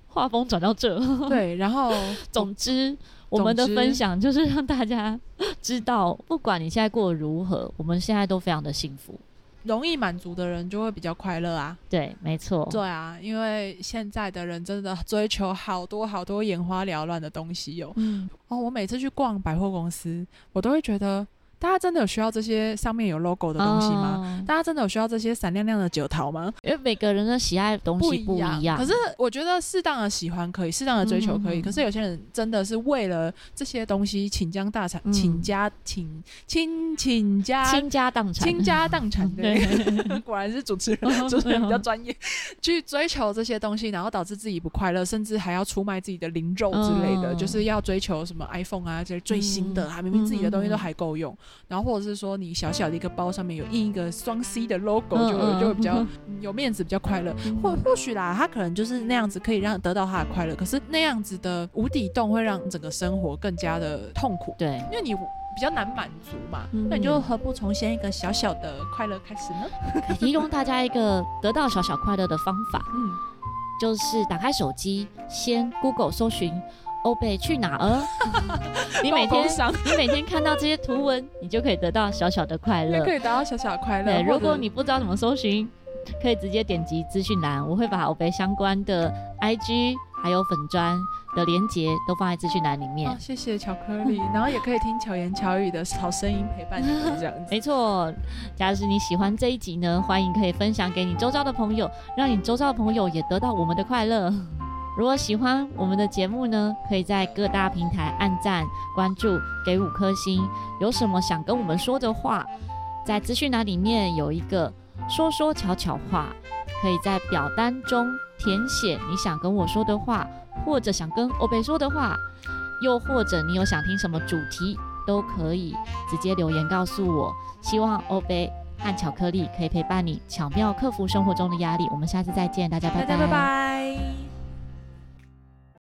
[SPEAKER 1] 画风转到这。
[SPEAKER 2] 对，然后
[SPEAKER 1] 总之，我们的
[SPEAKER 2] 总之
[SPEAKER 1] 分享就是让大家知道，不管你现在过得如何，我们现在都非常的幸福。
[SPEAKER 2] 容易满足的人就会比较快乐啊。
[SPEAKER 1] 对，没错。
[SPEAKER 2] 对啊，因为现在的人真的追求好多好多眼花缭乱的东西哟、
[SPEAKER 1] 嗯，
[SPEAKER 2] 哦，我每次去逛百货公司，我都会觉得大家真的有需要这些上面有 logo 的东西吗？
[SPEAKER 1] 嗯
[SPEAKER 2] 大家真的有需要这些闪亮亮的酒桃吗？
[SPEAKER 1] 因为每个人的喜爱的东西不一样。
[SPEAKER 2] 可是我觉得适当的喜欢可以，适当的追求可以。
[SPEAKER 1] 嗯嗯嗯
[SPEAKER 2] 可是有些人真的是为了这些东西倾家大产、
[SPEAKER 1] 嗯
[SPEAKER 2] 倾家倾倾倾家
[SPEAKER 1] 倾家荡产，
[SPEAKER 2] 倾家荡产对，
[SPEAKER 1] 对
[SPEAKER 2] 果然是主持人，
[SPEAKER 1] 嗯
[SPEAKER 2] 主持人比较专业，去追求这些东西，然后导致自己不快乐，甚至还要出卖自己的灵肉之类的，
[SPEAKER 1] 嗯
[SPEAKER 2] 就是要追求什么 iPhone 啊这些最新的啊，明明自己的
[SPEAKER 1] 嗯
[SPEAKER 2] 东西都还够用，然后或者是说你小小的一个包上面有印一个双 C 的 logo，
[SPEAKER 1] 嗯
[SPEAKER 2] 就
[SPEAKER 1] 嗯
[SPEAKER 2] 就会比较
[SPEAKER 1] 嗯
[SPEAKER 2] 嗯有面子，比较快乐。
[SPEAKER 1] 嗯
[SPEAKER 2] 或或许啦，他可能就是那样子可以让得到他的快乐，可是那样子的无底洞会让整个生活更加的痛苦。
[SPEAKER 1] 对，
[SPEAKER 2] 因为你比较难满足嘛，
[SPEAKER 1] 嗯
[SPEAKER 2] 那你就何不从先一个小小的快乐开始呢？
[SPEAKER 1] 可以提供大家一个得到小小快乐的方法，
[SPEAKER 2] 嗯，
[SPEAKER 1] 就是打开手机，先 Google 搜寻欧贝去哪 儿。你每天
[SPEAKER 2] 工伤
[SPEAKER 1] 你每天看到这些图文，你就可以得到小小的快
[SPEAKER 2] 也
[SPEAKER 1] 乐
[SPEAKER 2] 可。以达到小小的快乐。
[SPEAKER 1] 对，
[SPEAKER 2] 或者
[SPEAKER 1] 如果你不知道怎么搜寻，可以直接点击资讯栏，我会把欧贝相关的 IG 还有粉砖的连接都放在资讯栏里面
[SPEAKER 2] 哦，。谢谢巧克 力，然后也可以听巧言巧语的好声音陪伴你们这 样子。
[SPEAKER 1] 没错，假如是你喜欢这一集呢，欢迎可以分享给你周遭的朋友，让你周遭的朋友也得到我们的快乐。 如果喜欢我们的节目呢，可以在各大平台按赞、关注，给五颗星。有什么想跟我们说的话，在资讯栏里面有一个说说巧巧话，可以在表单中填写你想跟我说的话，或者想跟欧贝说的话，又或者你有想听什么主题，都可以直接留言告诉我。希望欧贝和巧克力可以陪伴你，巧妙克服生活中的压力。我们下次再见，大家
[SPEAKER 2] 大家拜拜。